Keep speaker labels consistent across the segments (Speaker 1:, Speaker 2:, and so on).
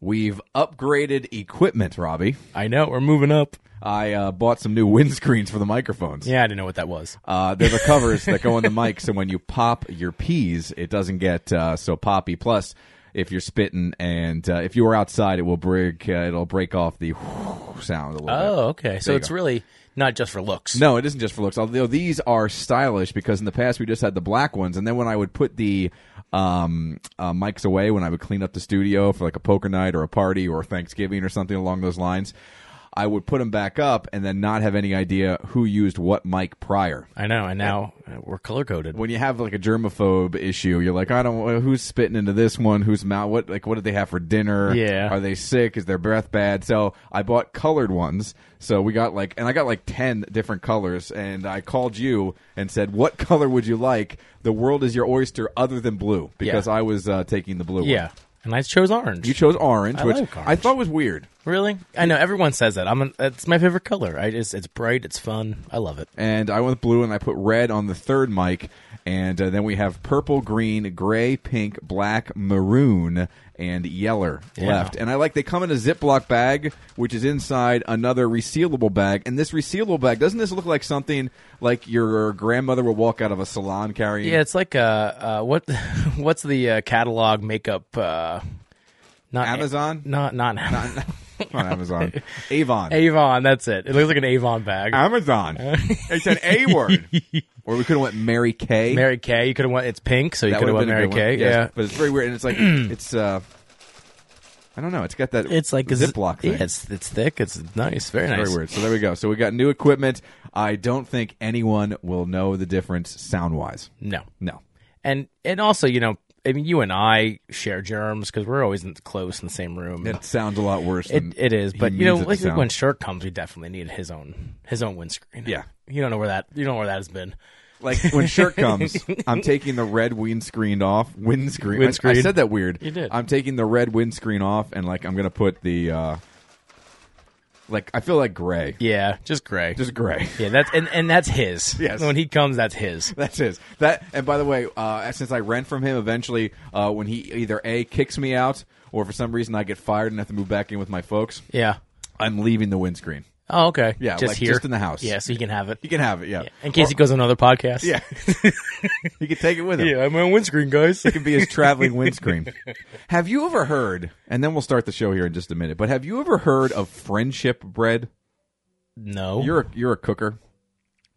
Speaker 1: We've upgraded equipment, Robbie.
Speaker 2: I know. We're moving up.
Speaker 1: I uh, bought some new windscreens for the microphones.
Speaker 2: Yeah, I didn't know what that was.
Speaker 1: Uh, they're the covers that go on the mic, so when you pop your peas, it doesn't get uh, so poppy. Plus, if you're spitting and uh, if you were outside, it will break. Uh, it'll break off the sound a little bit.
Speaker 2: Oh, okay. So it's really not just for looks.
Speaker 1: No, it isn't just for looks. Although these are stylish because in the past we just had the black ones, and then when I would put the um, uh, mics away when I would clean up the studio for like a poker night or a party or Thanksgiving or something along those lines, I would put them back up and then not have any idea who used what mic prior.
Speaker 2: I know. And now uh, we're color coded.
Speaker 1: When you have like a germaphobe issue, you're like, I don't. Who's spitting into this one? Who's mouth? What like what did they have for dinner?
Speaker 2: Yeah.
Speaker 1: Are they sick? Is their breath bad? So I bought colored ones. So we got like, and I got like ten different colors. And I called you and said, what color would you like? The world is your oyster, other than blue, because
Speaker 2: Yeah.
Speaker 1: I was uh, taking the blue.
Speaker 2: Yeah.
Speaker 1: one.
Speaker 2: And I chose orange.
Speaker 1: You chose orange,
Speaker 2: I
Speaker 1: which
Speaker 2: like orange.
Speaker 1: I thought was weird.
Speaker 2: really? I know. Everyone says that. I'm. An, it's my favorite color. I just. It's bright. It's fun. I love it.
Speaker 1: and I went with blue, and I put red on the third mic, and uh, then we have purple, green, gray, pink, black, maroon, and yeller left. And I like they come in a Ziploc bag, which is inside another resealable bag. And this resealable bag doesn't this look like something like your grandmother would walk out of a salon carrying?
Speaker 2: Yeah. It's like uh, uh what what's the uh, catalog makeup uh not
Speaker 1: Amazon?
Speaker 2: Not
Speaker 1: on
Speaker 2: not,
Speaker 1: Amazon, Avon.
Speaker 2: Avon. That's it. It looks like an Avon bag.
Speaker 1: Amazon. it's an A word, or we could have went Mary Kay.
Speaker 2: Mary Kay. You could have went. It's pink, so you
Speaker 1: That
Speaker 2: could have
Speaker 1: would've
Speaker 2: went Mary
Speaker 1: been a
Speaker 2: Kay.
Speaker 1: good one.
Speaker 2: Yeah.
Speaker 1: Yes, but it's very weird, and it's like it's. uh I don't know. It's got that.
Speaker 2: It's like a zi-
Speaker 1: Ziploc thing.
Speaker 2: Yeah, it's it's thick. It's nice. Very nice.
Speaker 1: Very weird. So there we go. So we got new equipment. I don't think anyone will know the difference sound wise.
Speaker 2: No.
Speaker 1: No.
Speaker 2: and and also you know i mean you and i share germs because we're always in, close in the same room
Speaker 1: It sounds a lot worse.
Speaker 2: it,
Speaker 1: Than
Speaker 2: it is
Speaker 1: um, he
Speaker 2: but you know
Speaker 1: means it
Speaker 2: like
Speaker 1: to sound.
Speaker 2: when shirt comes we definitely need his own his own windscreen
Speaker 1: Yeah.
Speaker 2: you don't know where that you don't know where that has been
Speaker 1: like when shirt comes, I'm taking the red windscreen off. Windscreen. I- I,
Speaker 2: Windscreen.
Speaker 1: said that weird.
Speaker 2: You did.
Speaker 1: I'm taking the red windscreen off, and like I'm gonna put the. uh Like I feel like gray.
Speaker 2: yeah just gray
Speaker 1: Just gray.
Speaker 2: yeah that's and, and that's his
Speaker 1: Yes.
Speaker 2: when he comes that's his
Speaker 1: That's his. That and by the way, uh, since I rent from him, eventually uh, when he either a kicks me out or for some reason I get fired and have to move back in with my folks,
Speaker 2: yeah
Speaker 1: I'm leaving the windscreen.
Speaker 2: oh okay
Speaker 1: Yeah,
Speaker 2: just
Speaker 1: like,
Speaker 2: here
Speaker 1: just in the house.
Speaker 2: yeah so he can have it
Speaker 1: He can have it. Yeah.
Speaker 2: in case he goes on another podcast
Speaker 1: yeah. he can take it with him.
Speaker 2: yeah i'm on windscreen guys
Speaker 1: It could be his traveling windscreen. have you ever heard? And then we'll start the show here in just a minute. But have you ever heard of friendship bread?
Speaker 2: no
Speaker 1: You're a, you're a cooker.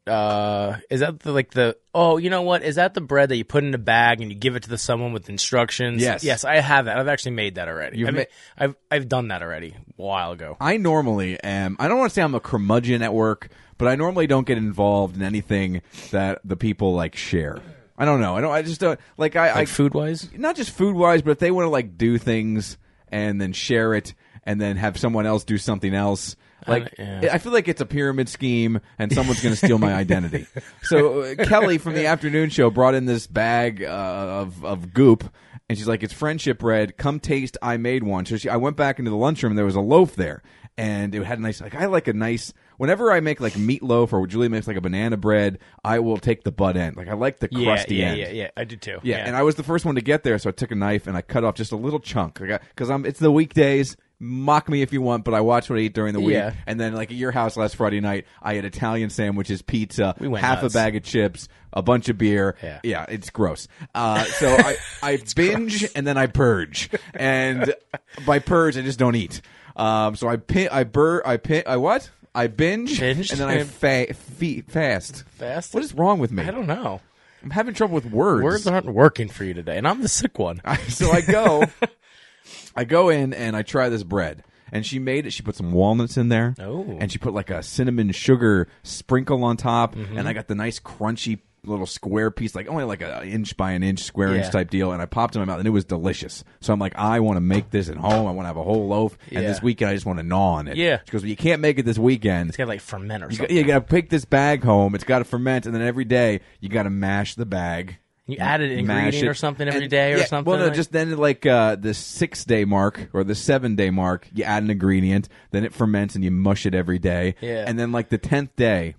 Speaker 2: uh is that the, like the oh you know what is that the bread that you put in a bag and you give it to the someone with instructions
Speaker 1: Yes.
Speaker 2: yes i have that i've actually made that already
Speaker 1: You've
Speaker 2: I mean,
Speaker 1: ma-
Speaker 2: i've i've done that already a while ago
Speaker 1: I normally am. I don't want to say I'm a curmudgeon at work, but I normally don't get involved in anything that the people like share. I don't know. I don't. I just don't like. I,
Speaker 2: like food wise
Speaker 1: I not just food wise, but if they want to like do things and then share it, and then have someone else do something else. Like
Speaker 2: Uh, yeah.
Speaker 1: I feel like it's a pyramid scheme, and someone's going to steal my identity. So uh, Kelly from the afternoon show brought in this bag uh, of of goop, and she's like, "It's friendship bread. Come taste. I made one." So she, I went back into the lunchroom. and There was a loaf there, and it had a nice. Like I like a nice. Whenever I make like meatloaf or Julie makes like a banana bread, I will take the butt end. Like I like the
Speaker 2: yeah
Speaker 1: crusty
Speaker 2: yeah,
Speaker 1: end.
Speaker 2: yeah yeah i do too
Speaker 1: Yeah, and I was the first one to get there, so I took a knife and I cut off just a little chunk. Because I'm, it's the weekdays. Mock me if you want, but I watch what I eat during the week.
Speaker 2: Yeah.
Speaker 1: And then, like at your house last Friday night, I had Italian sandwiches, pizza,
Speaker 2: We went
Speaker 1: half
Speaker 2: nuts.
Speaker 1: a bag of chips, a bunch of beer.
Speaker 2: Yeah.
Speaker 1: it's gross. Uh, so I, I binge and then I purge, and by purge I just don't eat. Um, so I pin, I bur, I pin, I what? I binge,
Speaker 2: Binge?
Speaker 1: and then I fa- fe- fast.
Speaker 2: Fast?
Speaker 1: What is wrong with me?
Speaker 2: i don't know
Speaker 1: I'm having trouble with words.
Speaker 2: words aren't working for you today and i'm the sick one
Speaker 1: so I go, I go in and I try this bread. And she made it. She put some walnuts in there.
Speaker 2: Oh.
Speaker 1: And she put like a cinnamon sugar sprinkle on top.
Speaker 2: Mm-hmm.
Speaker 1: And I got the nice crunchy little square piece, like only like an inch by an inch, square
Speaker 2: Yeah.
Speaker 1: inch type deal. And I popped it in my mouth and it was delicious. So I'm like, I want to make this at home. I want to have a whole loaf. And
Speaker 2: Yeah.
Speaker 1: this weekend, I just want to gnaw on it.
Speaker 2: Yeah.
Speaker 1: She goes, well, you can't make it this weekend.
Speaker 2: it's got like ferment or
Speaker 1: You got,
Speaker 2: something
Speaker 1: you got to pick this bag home. It's got to ferment, and then every day you got to mash the bag.
Speaker 2: You add an
Speaker 1: Mash
Speaker 2: ingredient
Speaker 1: it.
Speaker 2: or something
Speaker 1: And-
Speaker 2: every day or
Speaker 1: yeah,
Speaker 2: something
Speaker 1: Well, no,
Speaker 2: like-
Speaker 1: just then like uh, the six day mark or the seven day mark, you add an ingredient, then it ferments, and you mush it every day.
Speaker 2: Yeah.
Speaker 1: And then like the tenth day,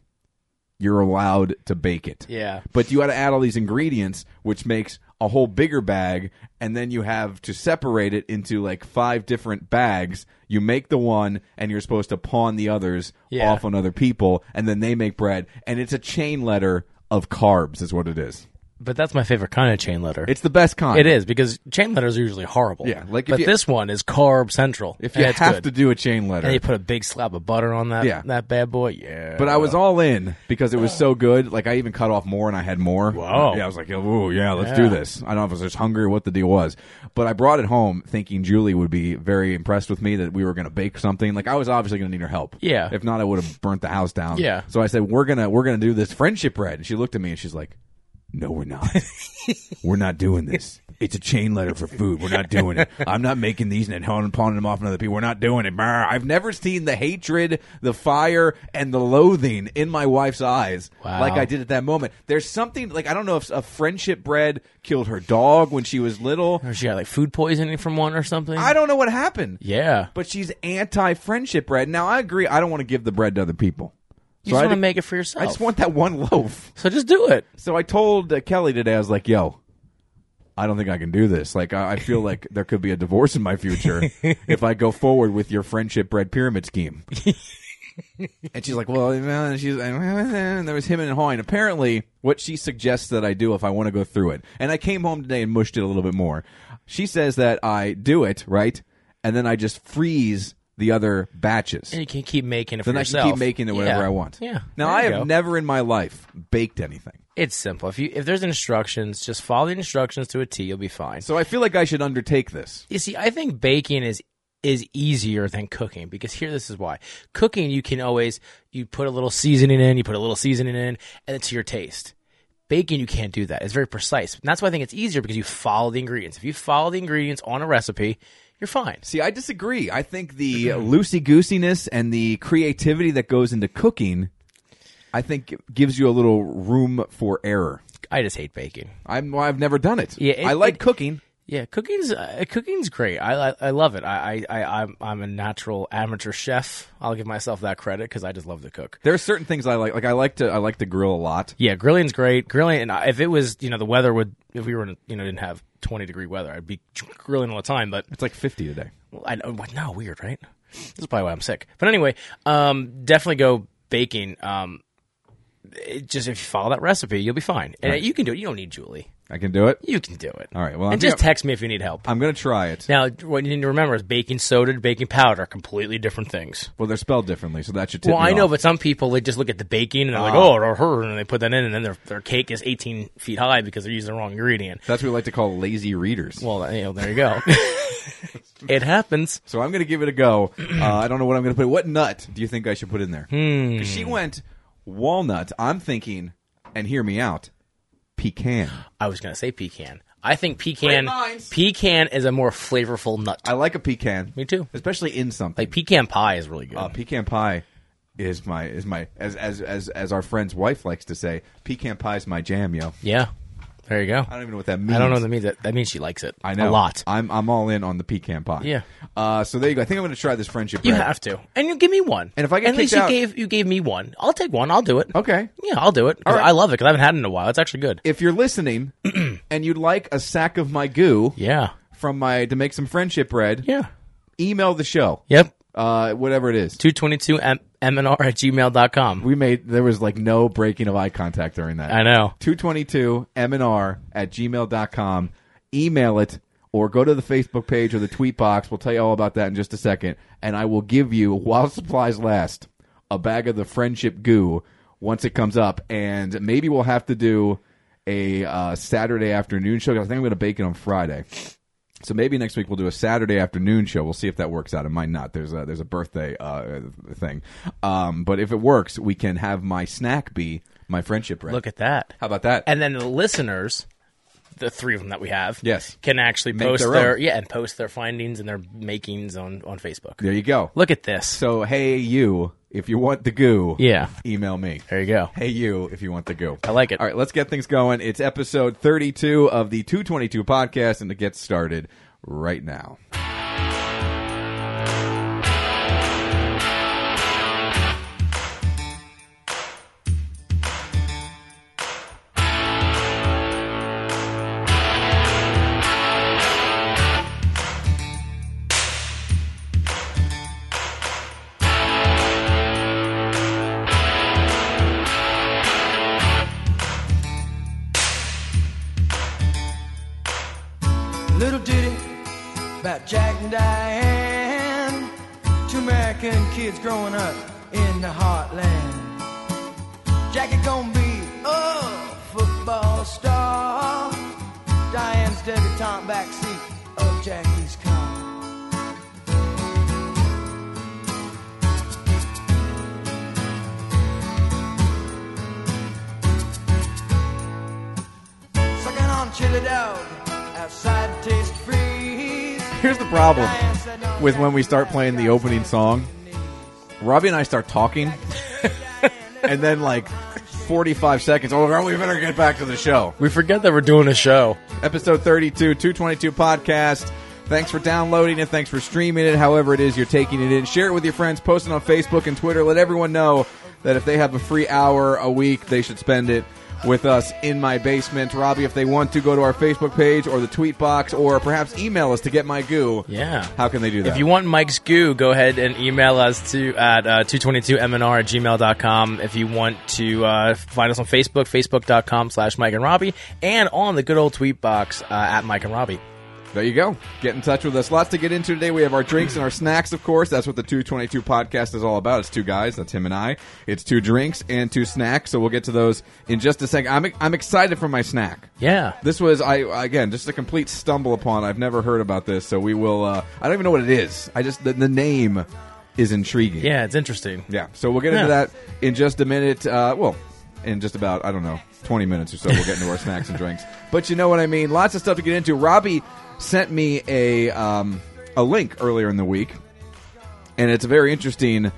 Speaker 1: you're allowed to bake it.
Speaker 2: yeah
Speaker 1: But you got to add all these ingredients, which makes a whole bigger bag, and then you have to separate it into like five different bags. You make the one, and you're supposed to pawn the others
Speaker 2: Yeah.
Speaker 1: off on other people, and then they make bread. And it's a chain letter of carbs, is what it is.
Speaker 2: But that's my favorite kind of chain letter.
Speaker 1: It's the best kind.
Speaker 2: It is because chain letters are usually horrible.
Speaker 1: Yeah, like if
Speaker 2: but
Speaker 1: you-
Speaker 2: this one is carb central.
Speaker 1: If you
Speaker 2: and it's
Speaker 1: have
Speaker 2: good.
Speaker 1: to do a chain letter,
Speaker 2: and you put a big slab of butter on that
Speaker 1: Yeah.
Speaker 2: that bad boy. Yeah,
Speaker 1: But I was all in because it was so good. Like I even cut off more and I had more.
Speaker 2: Wow.
Speaker 1: Yeah, I was like, oh yeah, let's do this. I don't know if I was just hungry or what the deal was. But I brought it home thinking Julie would be very impressed with me that we were gonna bake something. Like I was obviously gonna need her help.
Speaker 2: Yeah.
Speaker 1: If not, I would have burnt the house down.
Speaker 2: Yeah.
Speaker 1: So I said, We're gonna we're gonna do this friendship bread. And she looked at me and she's like, No, we're not. we're not doing this. It's a chain letter for food. We're not doing it. I'm not making these and hon- pawning them off on other people. We're not doing it. Brr. I've never seen the hatred, the fire, and the loathing in my wife's eyes
Speaker 2: Wow.
Speaker 1: like I did at that moment. There's something like I don't know if a friendship bread killed her dog when she was little.
Speaker 2: Or she got like food poisoning from one or something.
Speaker 1: I don't know what happened,
Speaker 2: yeah,
Speaker 1: but she's anti-friendship bread. Now I agree. I don't want to give the bread to other people.
Speaker 2: you
Speaker 1: So I
Speaker 2: just want to
Speaker 1: had to-
Speaker 2: make it for yourself.
Speaker 1: I just want that one loaf.
Speaker 2: so just do it.
Speaker 1: So I told uh, Kelly today, I was like, yo, I don't think I can do this. Like, I, I feel like there could be a divorce in my future if I go forward with your friendship bread pyramid scheme. and she's like, well, you know, and she's, and there was him and hawing. Apparently, what she suggests that I do if I want to go through it, and I came home today and mushed it a little bit more. She says that I do it, right? And then I just freeze the other batches.
Speaker 2: And you can keep making it
Speaker 1: Then
Speaker 2: for
Speaker 1: I
Speaker 2: yourself.
Speaker 1: can keep making it whatever
Speaker 2: Yeah.
Speaker 1: I want.
Speaker 2: Yeah.
Speaker 1: Now,
Speaker 2: There
Speaker 1: I
Speaker 2: you
Speaker 1: have
Speaker 2: go.
Speaker 1: never in my life baked anything.
Speaker 2: It's simple. If you if there's instructions, just follow the instructions to a T. You'll be fine.
Speaker 1: So I feel like I should undertake this.
Speaker 2: You see, I think baking is is easier than cooking because here this is why. Cooking you can always you put a little seasoning in, you put a little seasoning in, and it's to your taste. Baking you can't do that. It's very precise. And that's why I think it's easier because you follow the ingredients. If you follow the ingredients on a recipe, you're fine.
Speaker 1: See, I disagree. I think the loosey goosiness and the creativity that goes into cooking, I think, gives you a little room for error.
Speaker 2: I just hate baking.
Speaker 1: I'm, I've never done it.
Speaker 2: Yeah, it-
Speaker 1: I like
Speaker 2: it-
Speaker 1: cooking.
Speaker 2: Yeah, cooking's uh, cooking's great. I, I I love it. I I, I I'm, I'm a natural amateur chef. I'll give myself that credit because I just love to cook.
Speaker 1: There are certain things I like. Like I like to, I like to grill a lot.
Speaker 2: Yeah, grilling's great. Grilling, and I- if it was, you know, the weather would, if we were, in, you know, didn't have 20 degree weather, I'd be grilling all the time. But
Speaker 1: It's like fifty today.
Speaker 2: I know, no, weird, right? This is probably why I'm sick. But anyway, um, definitely go baking. Um, it just if you follow that recipe, you'll be fine, and you can do it. You don't need Julie.
Speaker 1: I can do it.
Speaker 2: You can do it.
Speaker 1: All right, well, I'm
Speaker 2: and just
Speaker 1: gonna-
Speaker 2: text me if you need help.
Speaker 1: I'm gonna try it.
Speaker 2: Now, what you need to remember is baking soda and baking powder are completely different things.
Speaker 1: Well, they're spelled differently, so that should. Tip
Speaker 2: Well,
Speaker 1: me
Speaker 2: I know,
Speaker 1: off.
Speaker 2: but some people they just look at the baking and they're
Speaker 1: Ah.
Speaker 2: like, "Oh, or her," and they put that in, and then their their cake is 18 feet high because they're using the wrong ingredient.
Speaker 1: that's what we like to call lazy readers.
Speaker 2: Well, you know, there you go. it happens.
Speaker 1: So I'm going to give it a go. Uh, I don't know what I'm going to put. What nut do you think I should put in there?
Speaker 2: Hmm.
Speaker 1: 'Cause She went walnut. I'm thinking, and hear me out, pecan.
Speaker 2: I was going to say pecan. I think pecan
Speaker 1: minds.
Speaker 2: pecan is a more flavorful nut.
Speaker 1: I like a pecan.
Speaker 2: Me too.
Speaker 1: especially in something.
Speaker 2: Like pecan pie is really good.
Speaker 1: uh, pecan pie is my is my as as as as our friend's wife likes to say. Pecan pie is my jam, yo.
Speaker 2: yeah. There you go.
Speaker 1: I
Speaker 2: I
Speaker 1: don't even know what that means.
Speaker 2: don't, know what that means. That, that means she likes it.
Speaker 1: I know
Speaker 2: a lot.
Speaker 1: I'm I'm all in on the pecan pie.
Speaker 2: Yeah.
Speaker 1: Uh, so there you go. I think I'm going to try this friendship.
Speaker 2: You
Speaker 1: bread.
Speaker 2: have to, and you give me one.
Speaker 1: And if I get
Speaker 2: at least
Speaker 1: kicked
Speaker 2: you
Speaker 1: out-
Speaker 2: gave you gave me one. I'll take one. I'll do it.
Speaker 1: Okay.
Speaker 2: Yeah, I'll do it. 'Cause
Speaker 1: right.
Speaker 2: I love it because I haven't had it in a while. It's actually good.
Speaker 1: If you're listening and you'd like a sack of my goo,
Speaker 2: Yeah.
Speaker 1: from my to make some friendship bread.
Speaker 2: Yeah.
Speaker 1: Email the show.
Speaker 2: Yep.
Speaker 1: Uh, whatever it is.
Speaker 2: 222 M- MNR at gmail.com.
Speaker 1: We made there was like no breaking of eye contact during that.
Speaker 2: I know.
Speaker 1: 222 MNR at gmail.com. Email it or go to the Facebook page or the tweet box. We'll tell you all about that in just a second. And I will give you, while supplies last, a bag of the friendship goo once it comes up. And maybe we'll have to do a uh, Saturday afternoon show. 'cause I think I'm going to bake it on Friday. So maybe next week we'll do a Saturday afternoon show. We'll see if that works out. It might not. There's a there's a birthday uh, thing, um, but if it works, we can have my snack be my friendship bread.
Speaker 2: Look at that.
Speaker 1: How about that?
Speaker 2: and then the listeners the three of them that we have
Speaker 1: Yes.
Speaker 2: can actually
Speaker 1: Make
Speaker 2: post
Speaker 1: their
Speaker 2: their,
Speaker 1: own.
Speaker 2: yeah and post their findings and their makings on on facebook
Speaker 1: there you go.
Speaker 2: look at this
Speaker 1: So hey you, if you want the goo,
Speaker 2: yeah
Speaker 1: email me.
Speaker 2: there you go
Speaker 1: Hey you, if you want the goo.
Speaker 2: i like it
Speaker 1: All right, let's get things going. It's episode 32 of the 222 podcast, and it gets started right now.
Speaker 3: two American kids growing up in the heartland. Jackie gonna be a football star. Diane's debutante backseat of Jackie's car. Sucking on chili dog outside taste freeze.
Speaker 1: Here's the problem with when we start playing the opening song. Robbie and I start talking, and then like 45 seconds. Oh, well, we better get back to the show.
Speaker 2: We forget that we're doing a show.
Speaker 1: Episode 32, 222 podcast. Thanks for downloading it. Thanks for streaming it. However, it is you're taking it in. Share it with your friends. Post it on Facebook and Twitter. Let everyone know that if they have a free hour a week, they should spend it with us in my basement. Robbie, if they want to, go to our Facebook page or the tweet box or perhaps email us to get my goo.
Speaker 2: Yeah.
Speaker 1: How can they do that?
Speaker 2: If you want Mike's goo, go ahead and email us to at uh, 222mnr at gmail.com. If you want to uh, find us on Facebook, facebook.com slash Mike and Robbie, and on the good old tweet box uh, at Mike and Robbie.
Speaker 1: There you go. Get in touch with us. Lots to get into today. We have our drinks and our snacks, of course. That's what the 222 podcast is all about. It's two guys. That's him and I. It's two drinks and two snacks. So we'll get to those in just a second. I'm, I'm excited for my snack.
Speaker 2: Yeah.
Speaker 1: This was, I again, just a complete stumble upon. I've never heard about this. So we will, uh, I don't even know what it is. I just, the, the name is intriguing.
Speaker 2: Yeah, it's interesting.
Speaker 1: Yeah. So we'll get into
Speaker 2: Yeah.
Speaker 1: that in just a minute. Uh, well, in just about, I don't know, 20 minutes or so, we'll get into our snacks and drinks. But you know what I mean? Lots of stuff to get into. Robbie sent me a, um, a link earlier in the week, and it's a very interesting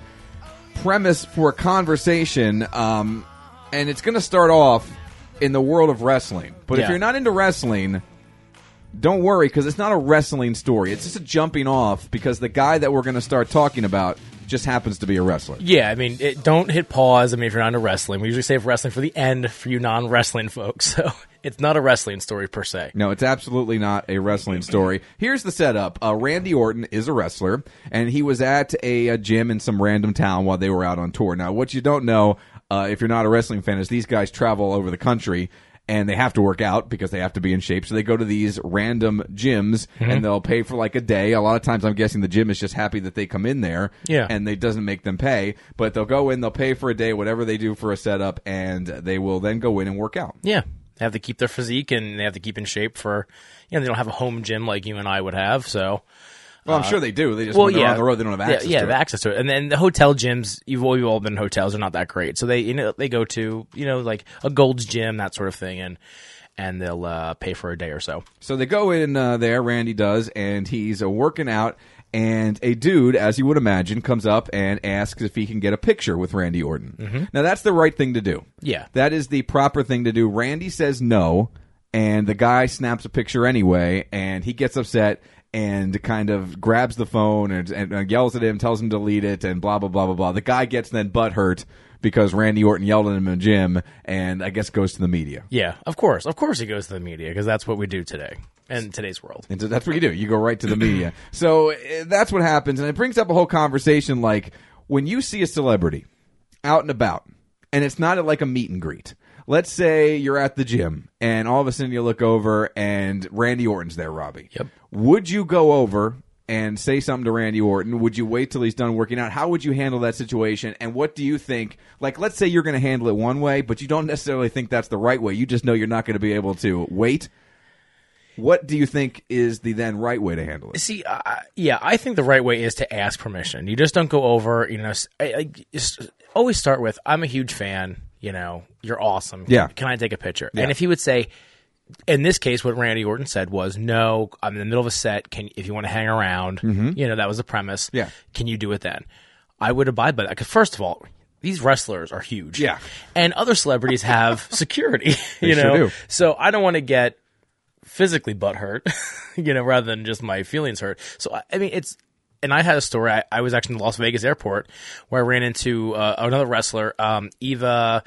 Speaker 1: premise for a conversation. Um, and it's going to start off in the world of wrestling. But if
Speaker 2: Yeah.
Speaker 1: you're not into wrestling, don't worry because it's not a wrestling story. It's just a jumping off because the guy that we're going to start talking about just happens to be a wrestler.
Speaker 2: Yeah, I mean, it, don't hit pause. I mean, if you're not into wrestling, we usually save wrestling for the end for you non wrestling folks. So it's not a wrestling story per se.
Speaker 1: No, it's absolutely not a wrestling story. Here's the setup: uh, Randy Orton is a wrestler, and he was at a, a gym in some random town while they were out on tour. Now, what you don't know, uh, if you're not a wrestling fan, is these guys travel over the country. And they have to work out because they have to be in shape. So they go to these random gyms
Speaker 2: Mm-hmm.
Speaker 1: and they'll pay for like a day. A lot of times, I'm guessing the gym is just happy that they come in there.
Speaker 2: Yeah.
Speaker 1: And they doesn't make them pay, but they'll go in, they'll pay for a day, whatever they do for a setup, and they will then go in and work out.
Speaker 2: Yeah. They have to keep their physique and they have to keep in shape for, you know, they don't have a home gym like you and I would have. So,
Speaker 1: Well, I'm sure they do. They just
Speaker 2: Uh, well,
Speaker 1: when they're
Speaker 2: yeah,
Speaker 1: on the road, they don't have
Speaker 2: Yeah,
Speaker 1: access.
Speaker 2: Yeah,
Speaker 1: to it.
Speaker 2: they have access to it. And then the hotel gyms, you've all, you've all been in hotels, are not that great. So they, you know, they go to, you know, like a Gold's Gym, that sort of thing, and and they'll uh, pay for a day or so.
Speaker 1: So they go in uh, there, Randy does, and he's uh, working out. And a dude, as you would imagine, comes up and asks if he can get a picture with Randy Orton. Now, that's the right thing to do.
Speaker 2: Yeah.
Speaker 1: That is the proper thing to do. Randy says no, and the guy snaps a picture anyway, and he gets upset and kind of grabs the phone and, and, and yells at him, tells him to delete it, and blah, blah, blah, blah, blah. The guy gets then butthurt because Randy Orton yelled at him in the gym, and I guess goes to the media.
Speaker 2: Yeah, of course, of course, he goes to the media because that's what we do today in today's world.
Speaker 1: And so that's what you do. You go right to the media. So uh, that's what happens. And it brings up a whole conversation like when you see a celebrity out and about, and it's not at like a meet and greet. Let's say you're at the gym, and all of a sudden you look over, and Randy Orton's there, Robbie.
Speaker 2: Yep.
Speaker 1: Would you go over and say something to Randy Orton? Would you wait till he's done working out? How would you handle that situation? And what do you think? Like, let's say you're going to handle it one way, but you don't necessarily think that's the right way. You just know you're not going to be able to wait. What do you think is the then right way to handle it?
Speaker 2: See, uh, yeah, I think the right way is to ask permission. You just don't go over. You know, s- I, I- just always start with, "I'm a huge fan." You know, you're awesome.
Speaker 1: Yeah.
Speaker 2: can I take a picture? And if he would say, in this case, what Randy Orton said was, "No, I'm in the middle of a set. Can if you want to hang around, you know, that was the premise.
Speaker 1: Mm-hmm. Yeah.
Speaker 2: can you do it then?" I would abide by that. 'Cause first of all, these wrestlers are huge.
Speaker 1: Yeah.
Speaker 2: and other celebrities have security. you
Speaker 1: sure
Speaker 2: know,
Speaker 1: do.
Speaker 2: so I don't want to get physically butt hurt, you know, rather than just my feelings hurt. So I, I mean, it's and I had a story. I, I was actually in the Las Vegas airport where I ran into uh, another wrestler, um, Eva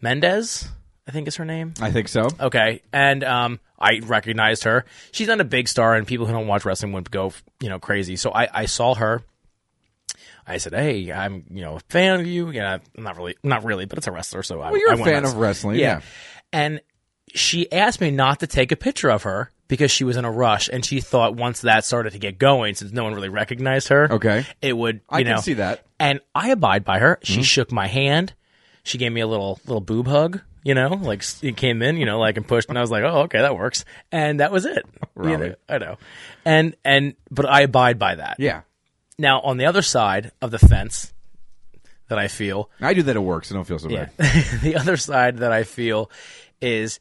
Speaker 2: Mendez, I think is her name.
Speaker 1: I think so.
Speaker 2: Okay, and um, I recognized her. She's not a big star, and people who don't watch wrestling would go, you know, crazy. So I, I saw her. I said, "Hey, I'm you know a fan of you. You know, I'm not really, not really, but it's a wrestler, so I,
Speaker 1: Well, you're
Speaker 2: I
Speaker 1: a
Speaker 2: went
Speaker 1: fan
Speaker 2: nuts.
Speaker 1: of wrestling.
Speaker 2: Yeah. And she asked me not to take a picture of her because she was in a rush and she thought once that started to get going, since no one really recognized her,
Speaker 1: Okay.
Speaker 2: it would. You
Speaker 1: I can
Speaker 2: know.
Speaker 1: see that. Mm-hmm.
Speaker 2: And I abide by her. She shook my hand. She gave me a little little boob hug. You know, like s- it came in, you know, like and pushed, and I was like, "Oh, okay, that works." And that was it. You know,
Speaker 1: Right.
Speaker 2: I know, and and but I abide by that.
Speaker 1: Yeah.
Speaker 2: Now on the other side of the fence, that I feel
Speaker 1: I do that at work, so don't feel so bad.
Speaker 2: the other side that I feel is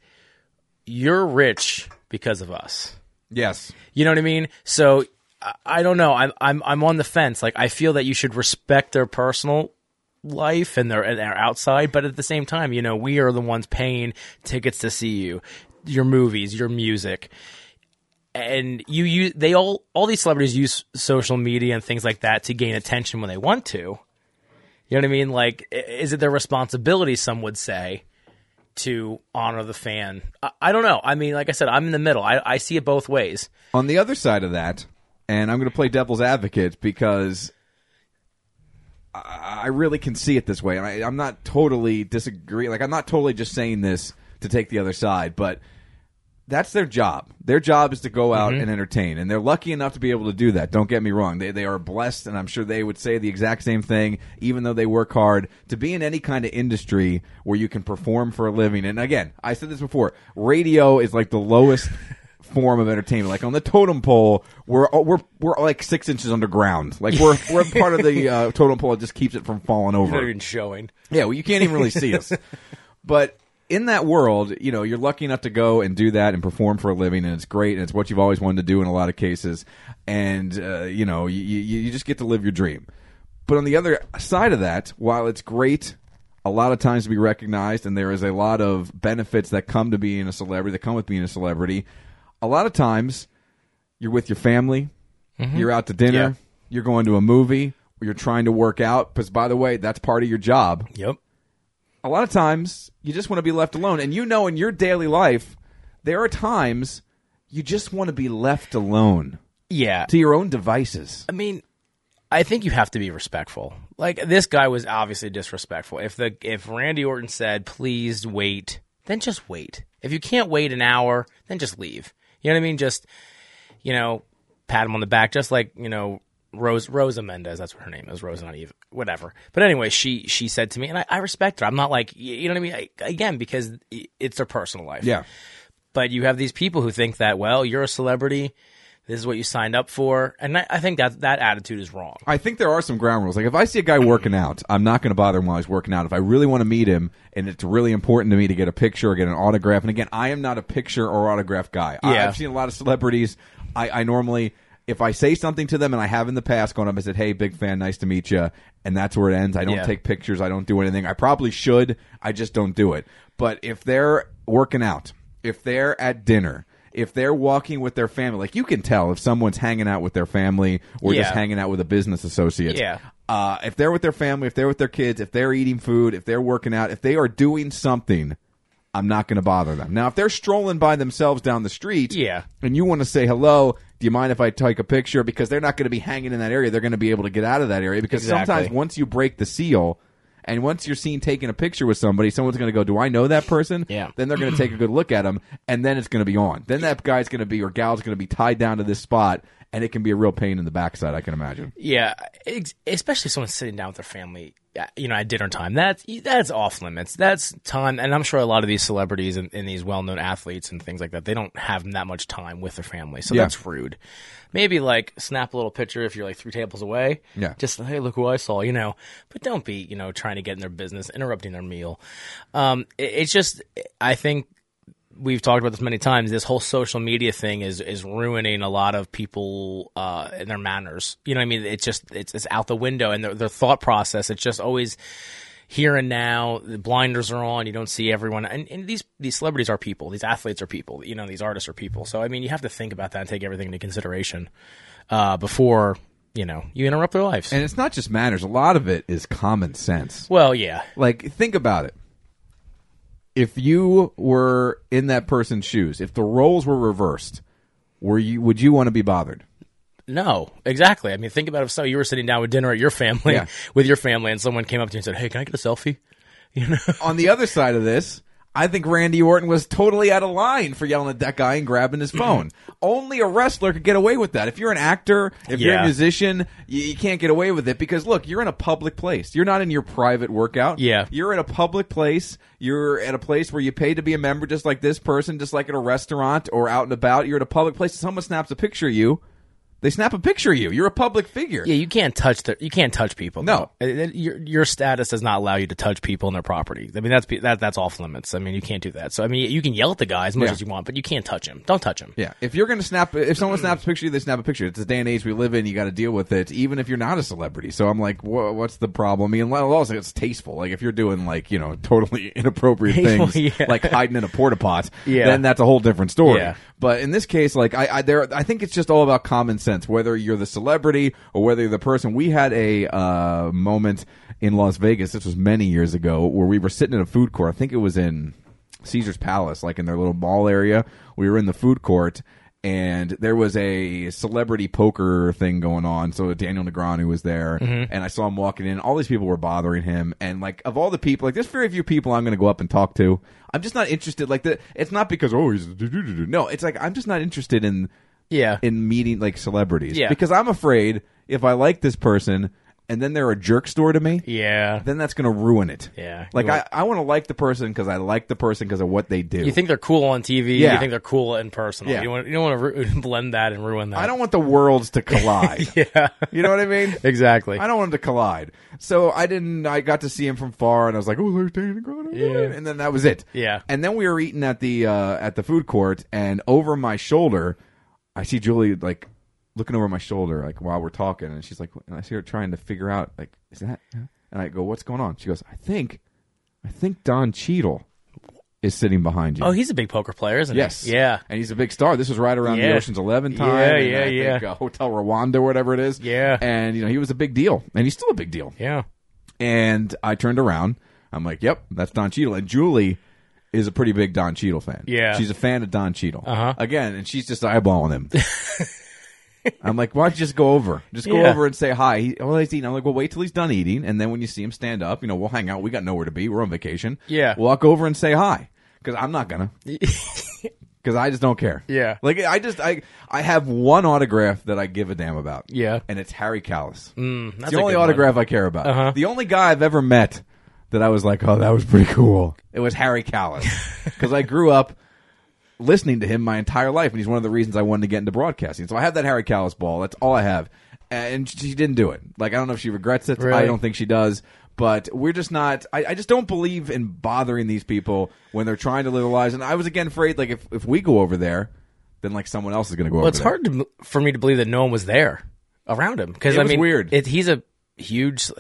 Speaker 2: you're rich because of us.
Speaker 1: Yes.
Speaker 2: You know what I mean? So I, I don't know. I'm I'm I'm on the fence. Like I feel that you should respect their personal life and their and their outside, but at the same time, you know, we are the ones paying tickets to see you, your movies, your music. And you use they all all these celebrities use social media and things like that to gain attention when they want to. You know what I mean? Like, i- is it their responsibility? Some would say to honor the fan. I, I don't know. I mean, like I said, I'm in the middle. I, I see it both ways.
Speaker 1: On the other side of that, and I'm going to play devil's advocate because I I really can see it this way, and I, I'm not totally disagree. Like I'm not totally just saying this to take the other side, but that's their job. Their job is to go out and entertain, and they're lucky enough to be able to do that. Don't get me wrong; they they are blessed, and I'm sure they would say the exact same thing, even though they work hard to be in any kind of industry where you can perform for a living. And again, I said this before: radio is like the lowest. Form of entertainment, like on the totem pole, we're we're we're like six inches underground. Like we're we're part of the uh, totem pole that just keeps it from falling over.
Speaker 2: Not even showing.
Speaker 1: Yeah, well, you can't even really see us. But in that world, you know, you're lucky enough to go and do that and perform for a living, and it's great, and it's what you've always wanted to do in a lot of cases. And uh, you know, you, you you just get to live your dream. But on the other side of that, while it's great a lot of times to be recognized, and there is a lot of benefits that come to being a celebrity, that come with being a celebrity. A lot of times, you're with your family, you're out to dinner,
Speaker 2: Yeah.
Speaker 1: you're going to a movie, or you're trying to work out. Because by the way, that's part of your job
Speaker 2: Yep.
Speaker 1: a lot of times you just want to be left alone and you know in your daily life there are times you just want to be left alone
Speaker 2: Yeah.
Speaker 1: to your own devices
Speaker 2: I mean, I think you have to be respectful. Like this guy was obviously disrespectful. If the if Randy Orton said, "Please wait," then just wait. If you can't wait an hour, then just leave. You know what I mean? Just you know, pat him on the back, just like you know Rose Rosa Mendez. That's what her name is. Rosa, not even whatever. But anyway, she she said to me, and I, I respect her. I'm not like you know what I mean. I, again, because it's their personal life.
Speaker 1: yeah
Speaker 2: but you have these people who think that well you're a celebrity this is what you signed up for and i, I think that that attitude is wrong
Speaker 1: i think there are some ground rules like if i see a guy working out i'm not going to bother him while he's working out if i really want to meet him and it's really important to me to get a picture or get an autograph and again i am not a picture or autograph guy I,
Speaker 2: Yeah.
Speaker 1: i've seen a lot of celebrities i, I normally if I say something to them, and I have in the past gone up and said, "Hey, big fan, nice to meet you," and that's where it ends. I don't
Speaker 2: Yeah.
Speaker 1: take pictures. I don't do anything. I probably should. I just don't do it. But if they're working out, if they're at dinner, if they're walking with their family, like you can tell if someone's hanging out with their family or just
Speaker 2: Yeah.
Speaker 1: hanging out with a business associate.
Speaker 2: Yeah.
Speaker 1: Uh, if they're with their family, if they're with their kids, if they're eating food, if they're working out, if they are doing something, I'm not going to bother them. Now, if they're strolling by themselves down the street,
Speaker 2: Yeah.
Speaker 1: and you want to say hello, do you mind if I take a picture? Because they're not going to be hanging in that area. They're going to be able to get out of that area because
Speaker 2: Exactly.
Speaker 1: sometimes once you break the seal and once you're seen taking a picture with somebody, someone's going to go, "Do I know that person?"
Speaker 2: Yeah.
Speaker 1: Then they're going to take a good look at them, and then it's going to be on. Then that guy's going to be or gal's going to be tied down to this spot, and it can be a real pain in the backside. I can imagine.
Speaker 2: yeah ex- especially someone sitting down with their family uh, you know at dinner time that's that's off limits that's time and i'm sure a lot of these celebrities and, and these well-known athletes and things like that they don't have that much time with their family so
Speaker 1: Yeah.
Speaker 2: that's rude maybe like snap a little picture if you're like three tables away
Speaker 1: Yeah.
Speaker 2: just hey look who i saw you know but don't be you know trying to get in their business interrupting their meal um it- it's just i think we've talked about this many times. This whole social media thing is is ruining a lot of people uh, and their manners. You know, what I mean, it's just it's, it's out the window, and their, their thought process. It's just always here and now. The blinders are on. You don't see everyone, and, and these these celebrities are people. These athletes are people. You know, these artists are people. So I mean, you have to think about that and take everything into consideration uh, before you know you interrupt their lives.
Speaker 1: And it's not just manners; a lot of it is common sense.
Speaker 2: well, yeah,
Speaker 1: Like, think about it. If you were in that person's shoes, if the roles were reversed, were you would you want to be bothered?
Speaker 2: No, exactly. I mean, think about if so you were sitting down with dinner at your family
Speaker 1: Yeah.
Speaker 2: with your family, and someone came up to you and said, "Hey, can I get a selfie?" You know,
Speaker 1: On the other side of this, I think Randy Orton was totally out of line for yelling at that guy and grabbing
Speaker 2: Mm-hmm.
Speaker 1: his phone. Only a wrestler could get away with that. If you're an actor, if you're a
Speaker 2: Yeah.
Speaker 1: musician, you, you can't get away with it because look, you're in a public place. You're not in your private workout.
Speaker 2: Yeah.
Speaker 1: You're in a public place. You're at a place where you pay to be a member just like this person, just like at a restaurant or out and about. You're at a public place. Someone snaps a picture of you. They snap a picture of you. You're a public figure.
Speaker 2: Yeah, you can't touch the you can't touch people.
Speaker 1: No.
Speaker 2: though. Uh, uh, your your status does not allow you to touch people and their property. I mean, that's pe- that that's off limits. I mean, you can't do that. So I mean, you can yell at the guy as much
Speaker 1: Yeah.
Speaker 2: as you want, but you can't touch him. Don't touch him.
Speaker 1: Yeah, if you're gonna snap, if someone snaps a picture, of you, they snap a picture. It's the day and age we live in. You got to deal with it, even if you're not a celebrity. So I'm like, wha- what's the problem? I mean, also it's tasteful. Like if you're doing like you know totally inappropriate things,
Speaker 2: Yeah.
Speaker 1: like hiding in a porta pot,
Speaker 2: Yeah.
Speaker 1: then that's a whole different story.
Speaker 2: Yeah.
Speaker 1: But in this case, like I, I there, I think it's just all about common sense. Whether you're the celebrity or whether you're the person, we had a uh, moment in Las Vegas. This was many years ago, where we were sitting in a food court. I think it was in Caesar's Palace, like in their little mall area. We were in the food court. And there was a celebrity poker thing going on. So Daniel Negreanu was there,
Speaker 2: Mm-hmm.
Speaker 1: and I saw him walking in. All these people were bothering him, and like of all the people, like there's very few people I'm going to go up and talk to. I'm just not interested. Like the, it's not because oh he's no, it's like I'm just not interested in
Speaker 2: Yeah.
Speaker 1: in meeting like celebrities
Speaker 2: Yeah.
Speaker 1: because I'm afraid if I like this person and then they're a jerk store to me,
Speaker 2: Yeah.
Speaker 1: then that's going to ruin it.
Speaker 2: Yeah.
Speaker 1: Like
Speaker 2: You
Speaker 1: I, I want to like the person because I like the person because of what they do.
Speaker 2: You think they're cool on TV.
Speaker 1: Yeah.
Speaker 2: You think they're cool in person.
Speaker 1: Yeah.
Speaker 2: You, want, you don't want to ru- blend that and ruin that.
Speaker 1: I don't want the worlds to collide.
Speaker 2: Yeah.
Speaker 1: You know what I mean?
Speaker 2: exactly.
Speaker 1: I don't want him to collide. So I didn't. I got to see him from far, and I was like, "Oh, there's Dana Grano."
Speaker 2: Yeah.
Speaker 1: And then that was it.
Speaker 2: Yeah.
Speaker 1: And then we were eating at the uh, at the food court, and over my shoulder, I see Julie like looking over my shoulder, like while we're talking, and she's like, and I see her trying to figure out, like, is that? And I go, "What's going on?" She goes, "I think, I think Don Cheadle is sitting behind you."
Speaker 2: oh, he's a big poker player, isn't
Speaker 1: Yes.
Speaker 2: he? Yeah.
Speaker 1: And he's a big star. This was right around the
Speaker 2: Yeah.
Speaker 1: Ocean's Eleven time.
Speaker 2: Yeah,
Speaker 1: and
Speaker 2: yeah,
Speaker 1: I Think,
Speaker 2: yeah.
Speaker 1: uh, Hotel Rwanda, or whatever it is.
Speaker 2: Yeah.
Speaker 1: And you know he was a big deal, and he's still a big deal.
Speaker 2: Yeah.
Speaker 1: And I turned around. I'm like, "Yep, that's Don Cheadle." And Julie is a pretty big Don Cheadle fan.
Speaker 2: Yeah.
Speaker 1: she's a fan of Don Cheadle.
Speaker 2: Uh-huh.
Speaker 1: Again, and she's just eyeballing him. I'm like, why don't you just go over? Just go
Speaker 2: Yeah.
Speaker 1: over and say hi. He, well, he's eating. I'm like, well, wait till he's done eating, and then when you see him stand up, you know, we'll hang out. We got nowhere to be. We're on vacation.
Speaker 2: Yeah.
Speaker 1: walk over and say hi. Because I'm not gonna because I just don't care.
Speaker 2: Yeah.
Speaker 1: like I just I I have one autograph that I give a damn about.
Speaker 2: Yeah.
Speaker 1: and it's Harry Callis. Mm,
Speaker 2: Hmm, that's
Speaker 1: the
Speaker 2: a
Speaker 1: only
Speaker 2: good one.
Speaker 1: autograph I care about.
Speaker 2: Uh-huh.
Speaker 1: The only guy I've ever met that I was like, oh, that was pretty cool. It was Harry Callis because I grew up listening to him my entire life, and he's one of the reasons I wanted to get into broadcasting. So I have that Harry Callis ball. That's all I have, and she didn't do it. Like I don't know if she regrets it. I
Speaker 2: Really?
Speaker 1: don't think she does. But we're just not. I, I just don't believe in bothering these people when they're trying to live their lives. And I was again afraid, like if, if we go over there, then like someone else is going to go over
Speaker 2: Well, it's
Speaker 1: there.
Speaker 2: hard to, for me to believe that no one was there around him because
Speaker 1: It
Speaker 2: I
Speaker 1: was
Speaker 2: mean,
Speaker 1: weird.
Speaker 2: It, he's a huge.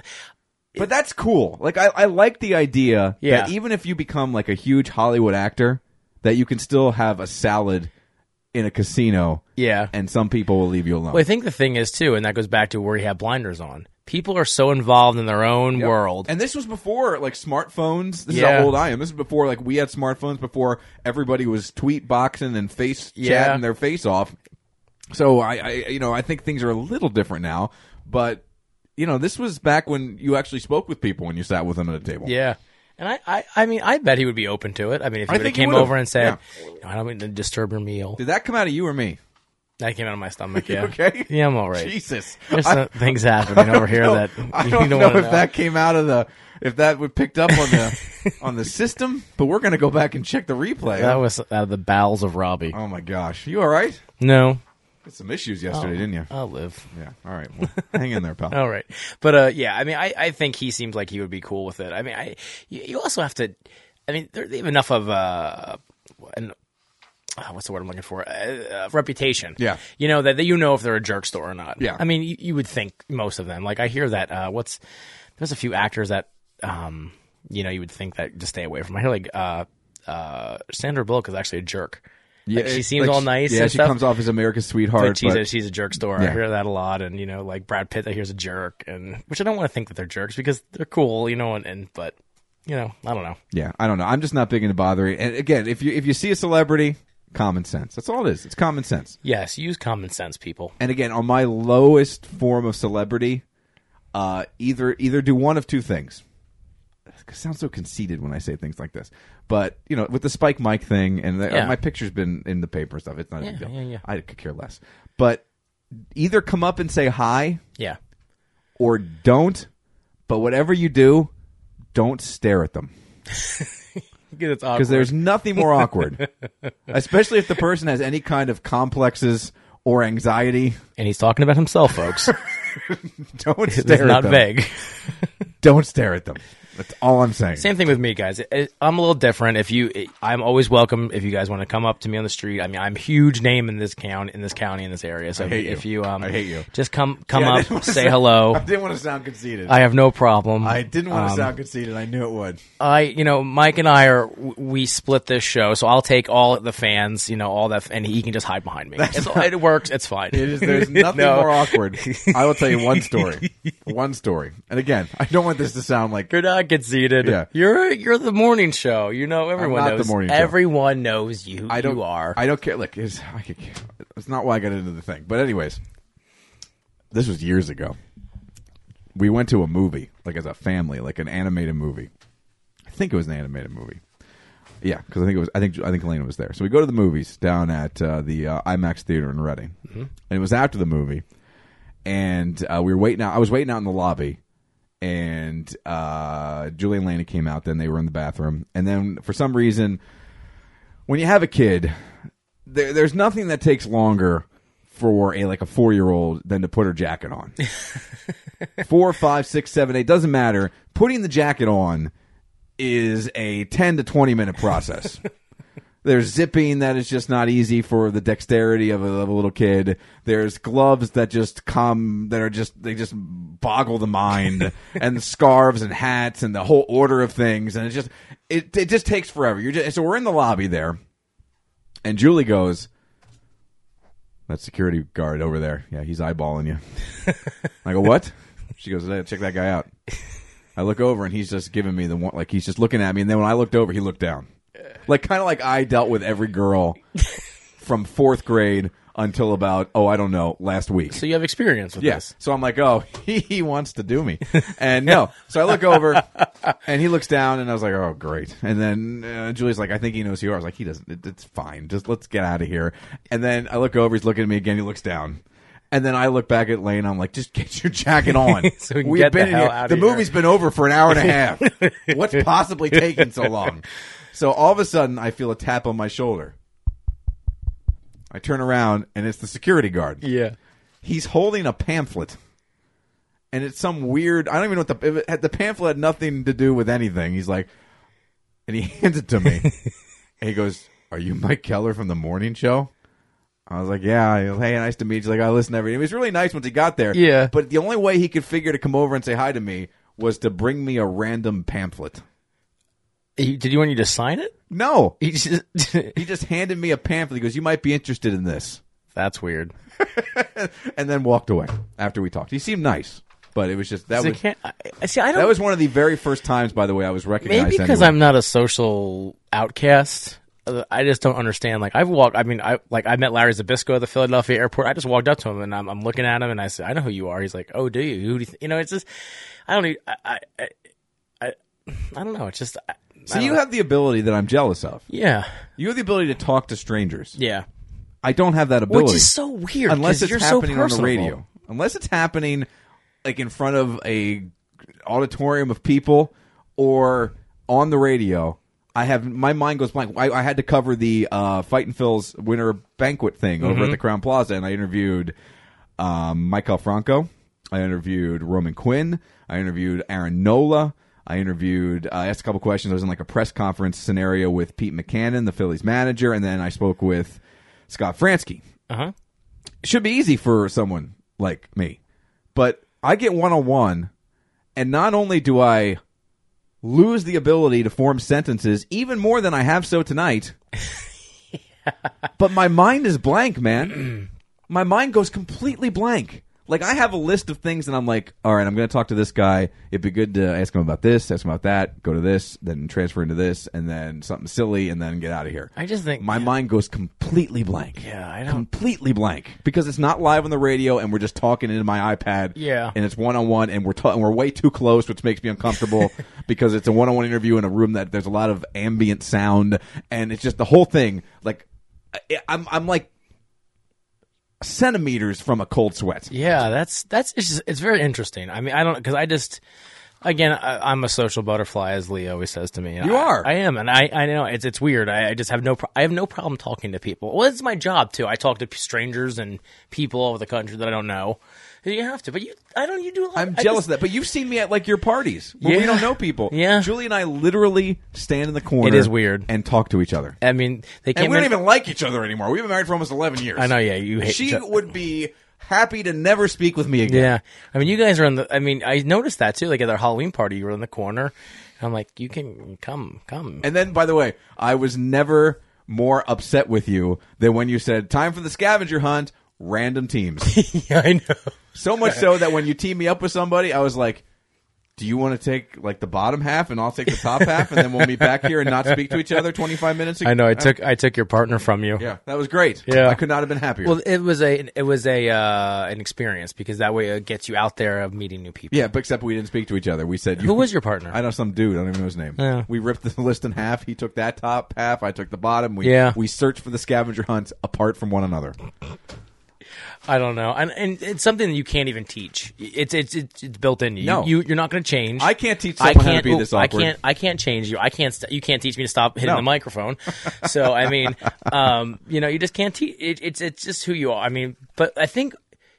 Speaker 1: But that's cool. Like I, I like the idea
Speaker 2: Yeah.
Speaker 1: that even if you become like a huge Hollywood actor, that you can still have a salad in a casino.
Speaker 2: Yeah.
Speaker 1: And some people will leave you alone.
Speaker 2: Well, I think the thing is too, and that goes back to where you have blinders on. People are so involved in their own world.
Speaker 1: And this was before like smartphones. This is
Speaker 2: Yeah.
Speaker 1: how old I am. This is before like we had smartphones. Before everybody was tweet boxing and face
Speaker 2: Yeah.
Speaker 1: chatting their face off. So I, I, you know, I think things are a little different now. But you know, this was back when you actually spoke with people when you sat with them at a table.
Speaker 2: yeah. And I, I, I mean, I bet he would be open to it. I mean, if
Speaker 1: I
Speaker 2: he would've
Speaker 1: think he
Speaker 2: came
Speaker 1: would've.
Speaker 2: over and said, "No, "I don't mean to disturb your meal,"
Speaker 1: Did that come out of you or me?
Speaker 2: that came out of my stomach. Yeah.
Speaker 1: okay?
Speaker 2: Yeah, I'm all right.
Speaker 1: Jesus,
Speaker 2: There's
Speaker 1: I-
Speaker 2: some things happening over here
Speaker 1: No,
Speaker 2: that
Speaker 1: I
Speaker 2: you
Speaker 1: don't,
Speaker 2: don't,
Speaker 1: know
Speaker 2: want to
Speaker 1: if that came out of the if that would picked up on the on the system. But we're gonna go back and check the replay.
Speaker 2: That was out of the bowels of Robbie.
Speaker 1: oh my gosh, you all right?
Speaker 2: No,
Speaker 1: Had some issues yesterday,
Speaker 2: Oh.
Speaker 1: didn't you?
Speaker 2: I'll live.
Speaker 1: Yeah. All right. Well, hang in there, pal.
Speaker 2: All right, but uh, yeah, I mean, I, I think he seems like he would be cool with it. I mean, I you, you also have to, I mean, there, they have enough of uh, an, uh, what's the word I'm looking for? Uh, uh, reputation.
Speaker 1: Yeah.
Speaker 2: you know that, that you know if they're a jerk store or not.
Speaker 1: Yeah.
Speaker 2: I mean, you, you would think most of them. Like I hear that uh, what's there's a few actors that um, you know you would think that just stay away from. I hear like uh, uh, Sandra Bullock is actually a jerk. Yeah,
Speaker 1: it-
Speaker 2: she seems
Speaker 1: like,
Speaker 2: all nice.
Speaker 1: Yeah,
Speaker 2: and
Speaker 1: she
Speaker 2: stuff.
Speaker 1: comes off as America's sweetheart.
Speaker 2: But she's
Speaker 1: but-
Speaker 2: a, she's a jerk store.
Speaker 1: Yeah.
Speaker 2: I hear that a lot, and you know, like Brad Pitt, I hear is a jerk, and which I don't want to think that they're jerks because they're cool, you know, and, and but you know, I don't know.
Speaker 1: yeah, I don't know. I'm just not big into bothering. And again, if you if you see a celebrity, common sense. That's all it is. It's common sense.
Speaker 2: Yes, use common sense, people.
Speaker 1: and again on my lowest form of celebrity uh, either either do one of two things it sounds so conceited when I say things like this, but you know, with the Spike Mike thing, and the,
Speaker 2: Yeah.
Speaker 1: my picture's been in the paper and stuff. It's not a big
Speaker 2: Yeah,
Speaker 1: deal.
Speaker 2: yeah, yeah.
Speaker 1: I could care less. But either come up and say hi
Speaker 2: Yeah.
Speaker 1: or don't. But whatever you do, don't stare at them
Speaker 2: Because it's
Speaker 1: because
Speaker 2: awkward.
Speaker 1: there's nothing more awkward, especially if the person has any kind of complexes or anxiety.
Speaker 2: and he's talking about himself, folks.
Speaker 1: Don't
Speaker 2: it's
Speaker 1: stare at
Speaker 2: not
Speaker 1: them.
Speaker 2: vague.
Speaker 1: Don't stare at them. That's all I'm saying.
Speaker 2: Same thing with me, guys. I- I'm a little different. If you, I'm always welcome. If you guys want to come up to me on the street, I mean, I'm a huge name in this county, in this county, in this area. So
Speaker 1: hate
Speaker 2: if
Speaker 1: you.
Speaker 2: you, um,
Speaker 1: I hate you.
Speaker 2: Just come, come
Speaker 1: Yeah, I didn't
Speaker 2: up,
Speaker 1: wanna
Speaker 2: say hello.
Speaker 1: I didn't want to sound conceited.
Speaker 2: I have no problem.
Speaker 1: I didn't want to
Speaker 2: Um,
Speaker 1: sound conceited. I knew it would.
Speaker 2: I, you know, Mike and I are w- we split this show, so I'll take all the fans, you know, all that, and he can just hide behind me. It's, it works. It's fine.
Speaker 1: It is. There's nothing
Speaker 2: No.
Speaker 1: more awkward. I will tell you one story. One story. And again, I don't want this to sound like
Speaker 2: You're not conceited.
Speaker 1: Yeah.
Speaker 2: You're you're the morning show. You know everyone
Speaker 1: not the
Speaker 2: knows.
Speaker 1: morning show.
Speaker 2: everyone knows you. who
Speaker 1: I don't.
Speaker 2: You are.
Speaker 1: I don't care. Look, it's, I could care. it's not why I got into the thing. But anyways, this was years ago. We went to a movie, like as a family, like an animated movie. I think it was an animated movie. Yeah, because I think it was. I think I think Elena was there. So we go to the movies down at uh, the uh, IMAX theater in Reading,
Speaker 2: Mm-hmm.
Speaker 1: and it was after the movie, and uh, we were waiting out. I was waiting out in the lobby, and uh, Julie and Lana came out. Then they were in the bathroom, and then for some reason, when you have a kid, there, there's nothing that takes longer for a like a four year old than to put her jacket on. four, five, six, seven, eight doesn't matter. Putting the jacket on is a ten to twenty minute process. There's zipping that is just not easy for the dexterity of a, of a little kid. There's gloves that just come that are just they just boggle the mind, and scarves and hats and the whole order of things, and it just it it just takes forever. You're just so we're in the lobby there, and Julie goes, "That security guard over there, yeah, he's eyeballing you." I go, "What?" She goes, "Hey, "Check that guy out." I look over and he's just giving me the one, like he's just looking at me. And then when I looked over, he looked down, like kind of like I dealt with every girl from fourth grade until about oh I don't know last week.
Speaker 2: so you have experience with
Speaker 1: Yes.
Speaker 2: this.
Speaker 1: So I'm like, oh, he, he wants to do me. And no. So I look over and he looks down and I was like, oh, great. And then uh, Julie's like, I think he knows who you are. I was like, he doesn't. It, it's fine. Just let's get out of here. And then I look over. He's looking at me again. He looks down. And then I look back at Lane. I'm like, just get your jacket on.
Speaker 2: So we can get the hell out
Speaker 1: The
Speaker 2: of here.
Speaker 1: movie's been over for an hour and a half. What's possibly taking so long? So all of a sudden, I feel a tap on my shoulder. I turn around and it's the security guard
Speaker 2: Yeah.
Speaker 1: he's holding a pamphlet and it's some weird i don't even know what the if it had- the pamphlet had nothing to do with anything he's like and he hands it to me and he goes are you mike keller from the morning show I was like, yeah, He goes, hey, nice to meet you. He's Like, I listen to every. It was really nice once he got there.
Speaker 2: Yeah.
Speaker 1: But the only way he could figure to come over and say hi to me was to bring me a random pamphlet.
Speaker 2: He- Did you want you to sign it?
Speaker 1: No.
Speaker 2: He just-
Speaker 1: He just handed me a pamphlet. He goes, you might be interested in this.
Speaker 2: That's weird.
Speaker 1: And then walked away after we talked. He seemed nice, but it was just, that
Speaker 2: I
Speaker 1: was.
Speaker 2: can't. I, I- see. I don't.
Speaker 1: That was one of the very first times, by the way, I was recognized.
Speaker 2: maybe because
Speaker 1: anyway.
Speaker 2: I'm not a social outcast. uh, I just don't understand. Like I've walked. I mean, I like I met Larry Zabisco at the Philadelphia airport. I just walked up to him and I'm, I'm looking at him and I said, "I know who you are." He's like, "Oh, do you? Who do you?" Th-? You know, it's just. I don't. e- I. I. I, I- I don't know. It's just. I,
Speaker 1: So you have the ability that I'm jealous of.
Speaker 2: Yeah.
Speaker 1: You have the ability to talk to strangers.
Speaker 2: Yeah.
Speaker 1: I don't have that ability.
Speaker 2: Which is so weird.
Speaker 1: unless
Speaker 2: 'cause
Speaker 1: it's
Speaker 2: you're so
Speaker 1: happening on the
Speaker 2: personable.
Speaker 1: radio. Unless it's happening like in front of a auditorium of people or on the radio. I have my mind goes blank. I, I had to cover the uh, Fight and Phil's winter banquet thing over
Speaker 2: Mm-hmm.
Speaker 1: at the Crown Plaza, and I interviewed um, Michael Franco. I interviewed Roman Quinn. I interviewed Aaron Nola. I interviewed, I asked a couple questions. I was in like a press conference scenario with Pete McCannon, the Phillies manager, and then I spoke with Scott Fransky,
Speaker 2: Uh-huh.
Speaker 1: it should be easy for someone like me. But I get one on one, and not only do I lose the ability to form sentences even more than I have so tonight, but my mind is blank, man. my mind goes completely blank. Like I have a list of things, and I'm like, all right, I'm going to talk to this guy. It'd be good to ask him about this, ask him about that, go to this, then transfer into this, and then something silly, and then get out of here.
Speaker 2: I just think-
Speaker 1: my mind goes completely blank.
Speaker 2: Yeah, I don't-
Speaker 1: completely blank because it's not live on the radio, and we're just talking into my iPad.
Speaker 2: Yeah.
Speaker 1: and it's one on one, and we're ta- and we're way too close, which makes me uncomfortable because it's a one on one interview in a room that there's a lot of ambient sound, and it's just the whole thing. Like, I- I'm I'm like centimeters from a cold sweat.
Speaker 2: Yeah, that's that's it's, just, it's very interesting. I mean, I don't because I just again I, I'm a social butterfly, as Lee always says to me. And
Speaker 1: You
Speaker 2: I-
Speaker 1: are.
Speaker 2: I am, and I I know it's it's weird. I, I just have no pro- I have no problem talking to people. Well, it's my job too. I talk to p- strangers and people all over the country that I don't know. You have to, but you I don't. You do. A lot,
Speaker 1: I'm
Speaker 2: I
Speaker 1: jealous
Speaker 2: just-
Speaker 1: of that, but you've seen me at like your parties where we
Speaker 2: Yeah.
Speaker 1: don't know people.
Speaker 2: Yeah.
Speaker 1: Julie and I literally stand in the corner.
Speaker 2: It is weird.
Speaker 1: and talk to each other.
Speaker 2: I mean, they
Speaker 1: And
Speaker 2: came
Speaker 1: we
Speaker 2: in.
Speaker 1: don't even like each other anymore. We've been married for almost eleven years.
Speaker 2: I know. Yeah, you hate.
Speaker 1: She
Speaker 2: ju-
Speaker 1: would be happy to never speak with me again.
Speaker 2: Yeah, I mean, you guys are in the. I mean, I noticed that too. Like at their Halloween party, you were in the corner. I'm like, you can come, come.
Speaker 1: And then, by the way, I was never more upset with you than when you said, "Time for the scavenger hunt." Random teams.
Speaker 2: yeah, I know.
Speaker 1: so much so that when you team me up with somebody, I was like, "Do you want to take like the bottom half, and I'll take the top half, and then we'll meet back here and not speak to each other twenty five minutes?" Ago?
Speaker 2: I know. I took I took your partner from you.
Speaker 1: Yeah, that was great.
Speaker 2: Yeah.
Speaker 1: I could not have been happier.
Speaker 2: Well, it was a it was a uh, an experience because that way it gets you out there of meeting new people.
Speaker 1: yeah, but except we didn't speak to each other. We said,
Speaker 2: Who was your partner?
Speaker 1: I know some dude. I don't even know his name.
Speaker 2: Yeah.
Speaker 1: We ripped the list in half. He took that top half. I took the bottom. We,
Speaker 2: Yeah.
Speaker 1: We searched for the scavenger hunt apart from one another.
Speaker 2: I don't know, and, and it's something that you can't even teach. It's it's it's, it's built in you.
Speaker 1: No.
Speaker 2: you, you are not going to change.
Speaker 1: I can't teach someone how to be this awkward.
Speaker 2: I can't I can't change you. I can't st- you can't teach me to stop hitting
Speaker 1: No.
Speaker 2: the microphone. so I mean, um, you know, you just can't teach. It, it's it's just who you are. I mean, but I think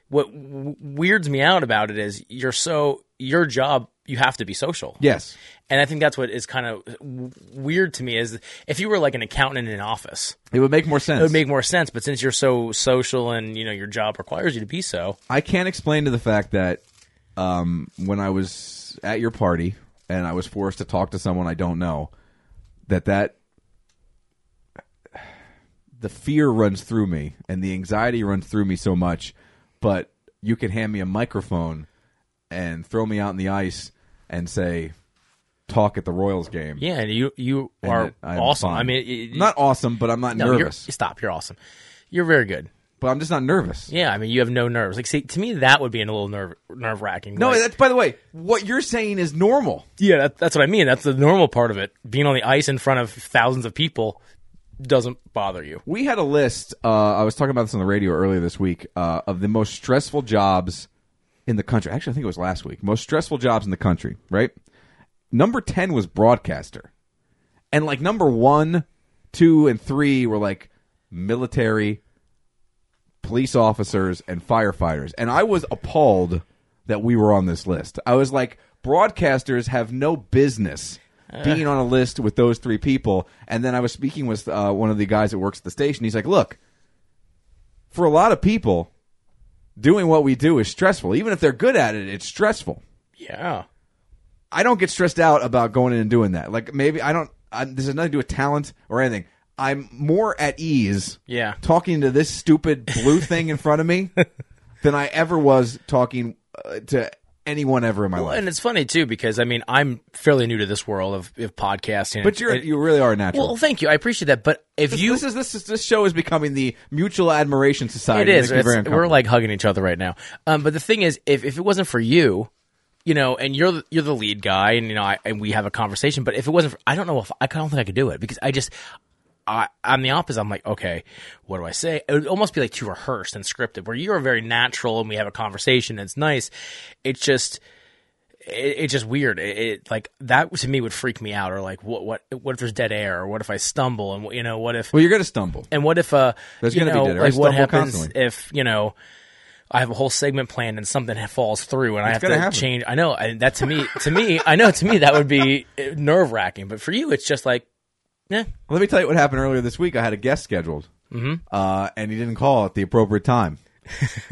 Speaker 2: what w- weirds me out about it is you're so your job you have to be social.
Speaker 1: Yes.
Speaker 2: And I think that's what is kind of w- weird to me is if you were like an accountant in an office,
Speaker 1: It would make more sense.
Speaker 2: it would make more sense. But since you're so social and you know your job requires you to be so,
Speaker 1: I can't explain to the fact that um, when I was at your party and I was forced to talk to someone I don't know, that that the fear runs through me and the anxiety runs through me so much. But you can hand me a microphone and throw me out in the ice and say, "Talk at the Royals game."
Speaker 2: yeah, and you you
Speaker 1: and
Speaker 2: are
Speaker 1: that I'm
Speaker 2: awesome.
Speaker 1: fine.
Speaker 2: I mean, it, it-
Speaker 1: not awesome, but I'm not
Speaker 2: no, you're-
Speaker 1: nervous.
Speaker 2: stop. You're awesome. You're very good.
Speaker 1: But I'm just not nervous.
Speaker 2: Yeah, I mean, you have no nerves. Like, see, to me, that would be a little nerve nerve wracking.
Speaker 1: No, that's by the way, what you're saying is normal.
Speaker 2: yeah, that, that's what I mean. That's the normal part of it. Being on the ice in front of thousands of people doesn't bother you.
Speaker 1: We had a list. Uh, I was talking about this on the radio earlier this week uh, of the most stressful jobs in the country. Actually, I think it was last week. Most stressful jobs in the country. Right. Number ten was broadcaster, and like number one, two, and three were like military, police officers, and firefighters. And I was appalled that we were on this list. I was like, broadcasters have no business being on a list with those three people. And then I was speaking with uh, one of the guys that works at the station. He's like, look, for a lot of people, doing what we do is stressful. Even if they're good at it, it's stressful.
Speaker 2: Yeah,
Speaker 1: I don't get stressed out about going in and doing that. Like maybe I don't. I, this has nothing to do with talent or anything. I'm more at ease.
Speaker 2: Yeah.
Speaker 1: Talking to this stupid blue thing in front of me than I ever was talking uh, to anyone ever in my life.
Speaker 2: and it's funny too because I mean, I'm fairly new to this world of, of podcasting.
Speaker 1: but you're
Speaker 2: It-
Speaker 1: you really are a natural.
Speaker 2: Well, thank you. I appreciate that. But if
Speaker 1: this,
Speaker 2: you,
Speaker 1: this is this is, this show is becoming the mutual admiration
Speaker 2: it
Speaker 1: society.
Speaker 2: is.
Speaker 1: It makes me very
Speaker 2: It's- we're
Speaker 1: uncomfortable.
Speaker 2: like hugging each other right now. Um, but the thing is, if, if it wasn't for you, you know, and you're the- you're the lead guy, and you know, I, and we have a conversation. But if it wasn't, for, I don't know if I don't think I could do it because I just. I, I'm the opposite. I'm like, okay, what do I say? It would almost be like too rehearsed and scripted. Where you're very natural, and we have a conversation. And it's nice. It's just, it, it's just weird. It, it like that to me would freak me out. Or like, what, what, what if there's dead air? Or what if I stumble? And you know, what if
Speaker 1: well, you're gonna stumble.
Speaker 2: and what if uh,
Speaker 1: There's
Speaker 2: you
Speaker 1: gonna be
Speaker 2: know,
Speaker 1: dinner. I
Speaker 2: like
Speaker 1: stumble
Speaker 2: what happens
Speaker 1: constantly.
Speaker 2: if you know, I have a whole segment planned and something ha- falls through and I have
Speaker 1: gonna
Speaker 2: to
Speaker 1: happen.
Speaker 2: change. I know and that to me, to me, I know to me that would be nerve wracking. But for you, it's just like, yeah,
Speaker 1: Let me tell you what happened earlier this week. I had a guest scheduled, mm-hmm. uh, and he didn't call at the appropriate time.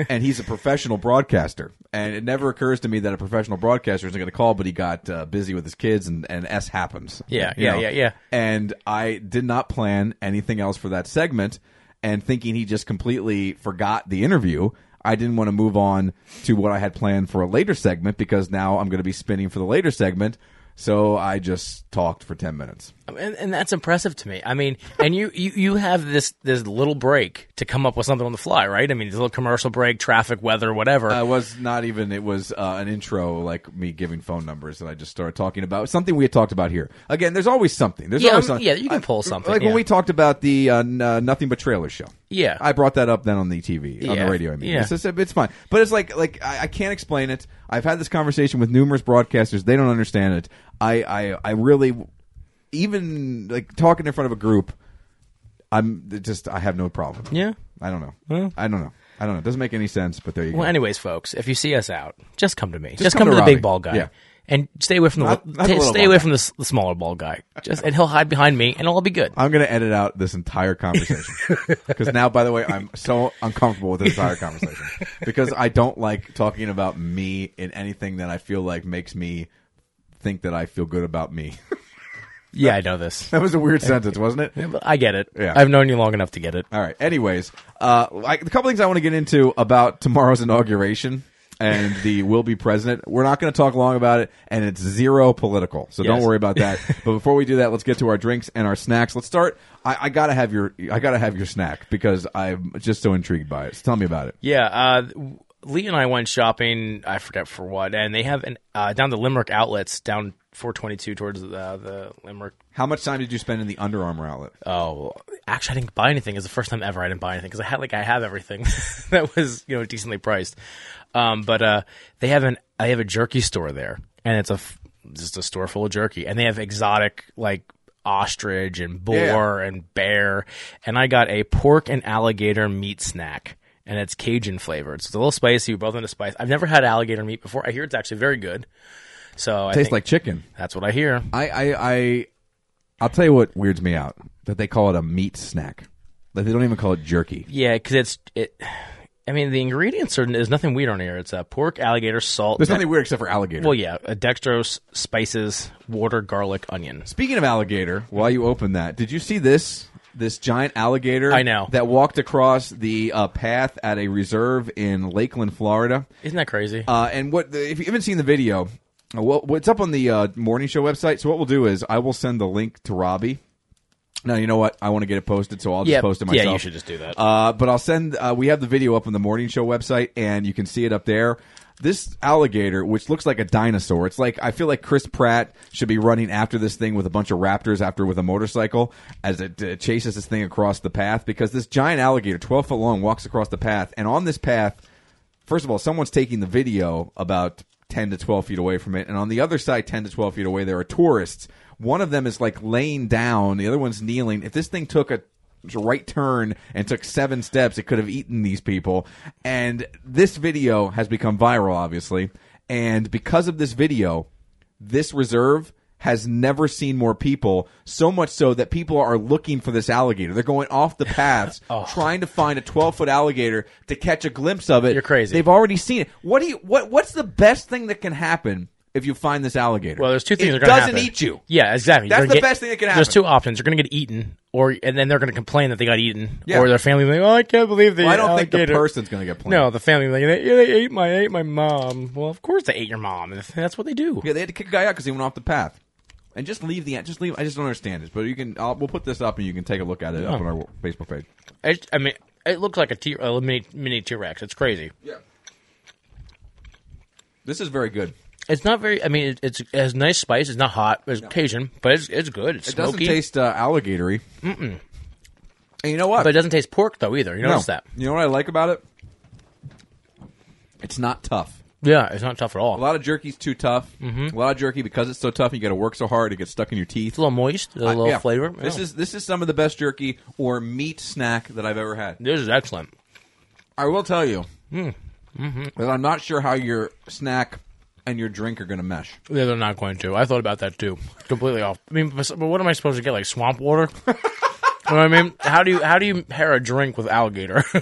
Speaker 1: and he's a professional broadcaster, and it never occurs to me that a professional broadcaster isn't going to call. But he got uh, busy with his kids, and, and S happens.
Speaker 2: Yeah,
Speaker 1: You
Speaker 2: yeah, yeah, yeah.
Speaker 1: And I did not plan anything else for that segment, and thinking he just completely forgot the interview. I didn't want to move on to what I had planned for a later segment because now I'm going to be spinning for the later segment. So I just talked for 10 minutes.
Speaker 2: and, and that's impressive to me. I mean, and you, you you have this this little break to come up with something on the fly, right? I mean, this little commercial break, traffic, weather, whatever.
Speaker 1: I was not even. It was uh, an intro, like me giving phone numbers, and I just started talking about something we had talked about here. Again, there's always something. There's
Speaker 2: Yeah,
Speaker 1: always
Speaker 2: um,
Speaker 1: something.
Speaker 2: yeah, you can
Speaker 1: I-
Speaker 2: pull something,
Speaker 1: Like
Speaker 2: yeah.
Speaker 1: when we talked about the uh, n- uh, nothing but trailers show.
Speaker 2: Yeah.
Speaker 1: I brought that up then on the TV, on
Speaker 2: Yeah.
Speaker 1: the radio. I mean,
Speaker 2: Yeah.
Speaker 1: it's, just- it's fine, but it's like like I, I can't explain it. I've had this conversation with numerous broadcasters; they don't understand it. I I, I really even like talking in front of a group. I'm it just I have no problem.
Speaker 2: Yeah.
Speaker 1: I don't know. I don't know. I don't know. It doesn't make any sense, but there you go.
Speaker 2: well, anyways, folks, if you see us out, just come to me. Just,
Speaker 1: come
Speaker 2: come,
Speaker 1: to
Speaker 2: to, the
Speaker 1: Robbie.
Speaker 2: big ball guy.
Speaker 1: Yeah.
Speaker 2: And stay away from the
Speaker 1: Not-
Speaker 2: li-
Speaker 1: not the
Speaker 2: ta-
Speaker 1: little
Speaker 2: stay
Speaker 1: ball
Speaker 2: away
Speaker 1: guy.
Speaker 2: from the, s- the smaller ball guy. Just and he'll hide behind me, and it'll all be good.
Speaker 1: I'm going to edit out this entire conversation because now, by the way, I'm so uncomfortable with this entire conversation because I don't like talking about me in anything that I feel like makes me think that I feel good about me.
Speaker 2: yeah, I know this,
Speaker 1: that was a weird sentence, wasn't it?
Speaker 2: but I get it.
Speaker 1: Yeah.
Speaker 2: I've known you long enough to get it.
Speaker 1: All right. Anyways, uh, like a couple things I want to get into about tomorrow's inauguration and the will be president. We're not going to talk long about it, and it's zero political, so don't
Speaker 2: Yes.
Speaker 1: worry about that. but before we do that, let's get to our drinks and our snacks. Let's start. I, I gotta have your I gotta have your snack because I'm just so intrigued by it. So tell me about it.
Speaker 2: Yeah, uh, w- Lee and I went shopping. I forget for what, and they have an uh, down the Limerick outlets down 422 towards uh, the Limerick.
Speaker 1: How much time did you spend in the Under Armour outlet?
Speaker 2: Oh, actually, I didn't buy anything. It's the first time ever I didn't buy anything because I had like I have everything that was you know decently priced. Um, but uh, they have an I have a jerky store there, and it's a f- just a store full of jerky, and they have exotic like ostrich and boar and bear, and I got a pork and alligator meat snack. And it's Cajun flavored, so it's a little spicy. We're both into spice. I've never had alligator meat before. I hear it's actually very good. So I
Speaker 1: Tastes
Speaker 2: think
Speaker 1: like chicken.
Speaker 2: that's what I hear.
Speaker 1: I, I I I'll tell you what weirds me out that they call it a meat snack. Like they don't even call it jerky.
Speaker 2: Yeah, because it's it. I mean, the ingredients are there's nothing weird on here. It's uh, pork, alligator, salt.
Speaker 1: There's nothing weird except for alligator.
Speaker 2: well, yeah, uh, dextrose, spices, water, garlic, onion.
Speaker 1: Speaking of alligator, while you open that, did you see this? This giant alligator
Speaker 2: I know.
Speaker 1: that walked across the uh, path at a reserve in Lakeland, Florida.
Speaker 2: Isn't that crazy?
Speaker 1: Uh, and what the, if you haven't seen the video, uh, well, what's up on the uh, morning show website? So what we'll do is I will send the link to Robbie. Now you know what I want to get it posted, so I'll just
Speaker 2: Yeah,
Speaker 1: post it
Speaker 2: yeah,
Speaker 1: myself.
Speaker 2: you should just do that.
Speaker 1: Uh, but I'll send. Uh, we have the video up on the morning show website, and you can see it up there. This alligator, which looks like a dinosaur, it's like I feel like Chris Pratt should be running after this thing with a bunch of raptors after with a motorcycle as it uh, chases this thing across the path because this giant alligator, twelve foot long, walks across the path, and on this path, first of all, someone's taking the video about 10 to 12 feet away from it. And on the other side, 10 to 12 feet away, there are tourists. One of them is like laying down, the other one's kneeling. If this thing took a right turn and took seven steps, it could have eaten these people. And this video has become viral, obviously. And because of this video, this reserve has never seen more people, so much so that people are looking for this alligator. They're going off the paths, trying to find a 12 foot alligator to catch a glimpse of it.
Speaker 2: You're crazy.
Speaker 1: They've already seen it. What do you? What? What's the best thing that can happen if you find this alligator?
Speaker 2: well, there's two things
Speaker 1: It
Speaker 2: that are going to
Speaker 1: doesn't
Speaker 2: happen.
Speaker 1: eat you.
Speaker 2: Yeah, exactly.
Speaker 1: That's the
Speaker 2: You're gonna get-
Speaker 1: best thing that can
Speaker 2: There's
Speaker 1: happen.
Speaker 2: two options. You're going to get eaten, or and then they're going to complain that they got eaten,
Speaker 1: Yeah.
Speaker 2: or their family will be like, "Oh, I can't believe they."
Speaker 1: Well, I don't think the
Speaker 2: alligator."
Speaker 1: person's going to get planted.
Speaker 2: No, the family will be like, "They- they ate my ate my mom. Well, of course they ate your mom. That's what they do.
Speaker 1: Yeah, they had to kick a guy out because he went off the path. And just leave the just leave. I just don't understand this, but you can. I'll, we'll put this up and you can take a look at it up on our Facebook page.
Speaker 2: I, just- I mean, it looks like a, t- a mini mini T Rex. It's crazy.
Speaker 1: Yeah, this is very good.
Speaker 2: It's not very. I mean, it, it's it has nice spice. It's not hot. It's Cajun, but it's it's good. It's
Speaker 1: It doesn't
Speaker 2: smoky,
Speaker 1: taste uh, alligatory. Mm-mm. And you know what?
Speaker 2: but it doesn't taste pork though either. You
Speaker 1: no.
Speaker 2: notice that?
Speaker 1: You know what I like about it? It's not tough.
Speaker 2: Yeah, it's not tough at all.
Speaker 1: A lot of jerky's too tough. A lot of jerky because it's so tough. You got to work so hard; it gets stuck in your teeth.
Speaker 2: Mm-hmm. It's a little moist, a little
Speaker 1: Yeah.
Speaker 2: flavor.
Speaker 1: This
Speaker 2: Yeah.
Speaker 1: is this is some of the best jerky or meat snack that I've ever had.
Speaker 2: this is excellent.
Speaker 1: I will tell you
Speaker 2: Hmm. Mm-hmm.
Speaker 1: that I'm not sure how your snack and your drink are going to mesh.
Speaker 2: Yeah, they're not going to. I thought about that too. Completely off. I mean, but but what am I supposed to get? Like swamp water? you know what I mean? How do you how do you pair a drink with alligator?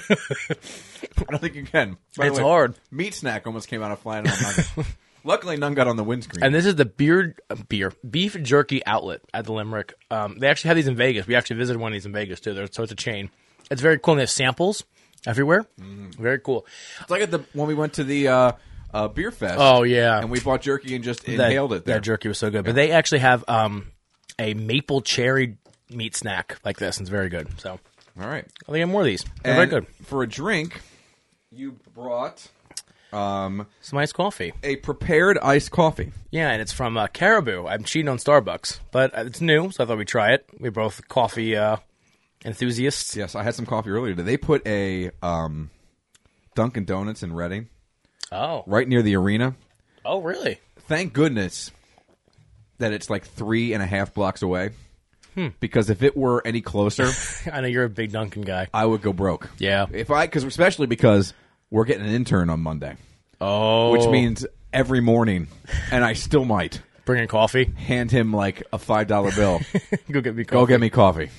Speaker 1: I don't think you can. By the
Speaker 2: It's
Speaker 1: way,
Speaker 2: hard.
Speaker 1: Meat snack almost came out of flying. out of my mouth. Luckily, none got on the windscreen.
Speaker 2: and this is the beer uh, beer beef jerky outlet at the Limerick. Um, they actually have these in Vegas. We actually visited one of these in Vegas too. They're, so it's a chain. It's very cool. And they have samples. everywhere.
Speaker 1: Mm-hmm.
Speaker 2: Very cool.
Speaker 1: It's like at the when we went to the uh, uh, beer fest.
Speaker 2: Oh, yeah.
Speaker 1: and we bought jerky and just
Speaker 2: That-
Speaker 1: inhaled it. There.
Speaker 2: That jerky was so good. But they actually have um, a maple cherry meat snack like this, and it's very good. So
Speaker 1: All right,
Speaker 2: I think I have more of these. They're
Speaker 1: And
Speaker 2: very good.
Speaker 1: for a drink. You brought um,
Speaker 2: Some iced coffee.
Speaker 1: a prepared iced coffee.
Speaker 2: Yeah, and it's from uh, Caribou. I'm cheating on Starbucks, but uh, it's new, so I thought we'd try it. We're both coffee uh, enthusiasts.
Speaker 1: Yes, I had some coffee earlier. Did they put a um, Dunkin' Donuts in Reading,
Speaker 2: Oh,
Speaker 1: right near the arena?
Speaker 2: oh, really?
Speaker 1: Thank goodness that it's like three and a half blocks away.
Speaker 2: Hmm.
Speaker 1: Because if it were any closer,
Speaker 2: I know you're a big Dunkin' guy.
Speaker 1: I would go broke.
Speaker 2: Yeah.
Speaker 1: If I, because especially because we're getting an intern on Monday,
Speaker 2: Oh,
Speaker 1: which means every morning, and I still might
Speaker 2: bringing coffee.
Speaker 1: hand him like a five dollar bill.
Speaker 2: Go get me coffee.
Speaker 1: go get me coffee,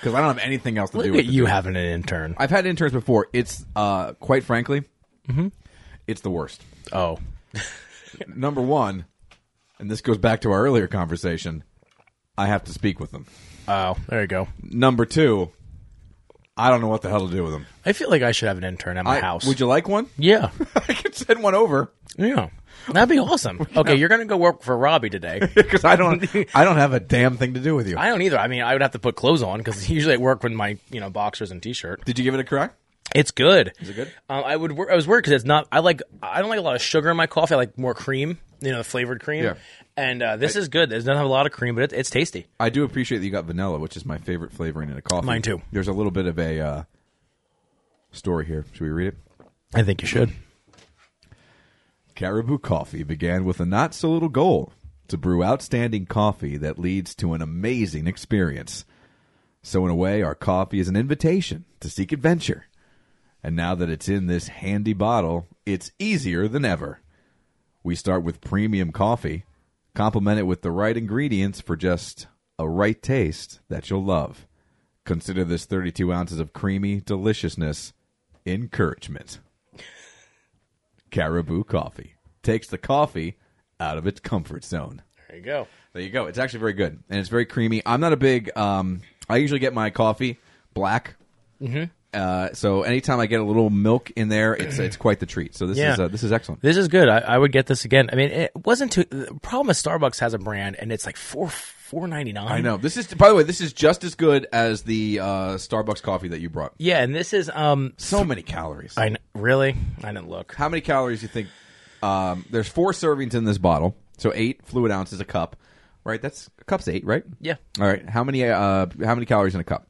Speaker 1: because I don't have anything else to do.
Speaker 2: Look
Speaker 1: With
Speaker 2: at
Speaker 1: the
Speaker 2: you
Speaker 1: day.
Speaker 2: having an intern.
Speaker 1: I've had interns before. It's uh, quite frankly,
Speaker 2: Mm-hmm.
Speaker 1: it's the worst.
Speaker 2: Oh,
Speaker 1: Number one, and this goes back to our earlier conversation. I have to speak with them.
Speaker 2: oh, there you go.
Speaker 1: Number two, I don't know what the hell to do with them.
Speaker 2: I feel like I should have an intern at my
Speaker 1: I-
Speaker 2: house.
Speaker 1: Would you like one?
Speaker 2: Yeah,
Speaker 1: I could send one over
Speaker 2: yeah, that'd be awesome. Okay, you're gonna go work for Robbie today.
Speaker 1: because I don't. I don't have a damn thing to do with you.
Speaker 2: I don't either. I mean, I would have to put clothes on because usually I work with my you know boxers and t-shirt.
Speaker 1: Did you give it a crack?
Speaker 2: It's good. Is
Speaker 1: it good?
Speaker 2: Um, I would. wor- I was worried because it's not. I like. I don't like a lot of sugar in my coffee. I like more cream. You know, the flavored cream.
Speaker 1: Yeah.
Speaker 2: And uh, this is good. It doesn't have a lot of cream, but it, it's tasty.
Speaker 1: I do appreciate that you got vanilla, which is my favorite flavoring in a coffee.
Speaker 2: Mine too.
Speaker 1: There's a little bit of a uh, story here. Should we read it?
Speaker 2: I think you should.
Speaker 1: Caribou Coffee began with a not so little goal to brew outstanding coffee that leads to an amazing experience. So, in a way, our coffee is an invitation to seek adventure. And now that it's in this handy bottle, it's easier than ever. We start with premium coffee, complement it with the right ingredients for just a right taste that you'll love. Consider this 32 ounces of creamy deliciousness encouragement. Caribou Coffee takes the coffee out of its comfort zone.
Speaker 2: There you go.
Speaker 1: There you go. It's actually very good and it's very creamy. I'm not a big. Um, I usually get my coffee black. Mm-hmm. Uh, so anytime I get a little milk in there, it's it's quite the treat. So this
Speaker 2: Yeah.
Speaker 1: is uh, this is excellent.
Speaker 2: This is good. I, I would get this again. I mean, it wasn't too. The problem is Starbucks has a brand and it's like four four ninety nine.
Speaker 1: I know this is. By the way, this is just as good as the uh, Starbucks coffee that you brought.
Speaker 2: Yeah, and this is um.
Speaker 1: So many calories.
Speaker 2: I kn- really. I didn't look.
Speaker 1: How many calories do you think? Um, there's four servings in this bottle, so eight fluid ounces a cup. Right, that's a cup's eight, right?
Speaker 2: Yeah.
Speaker 1: All right. How many? Uh, how many calories in a cup?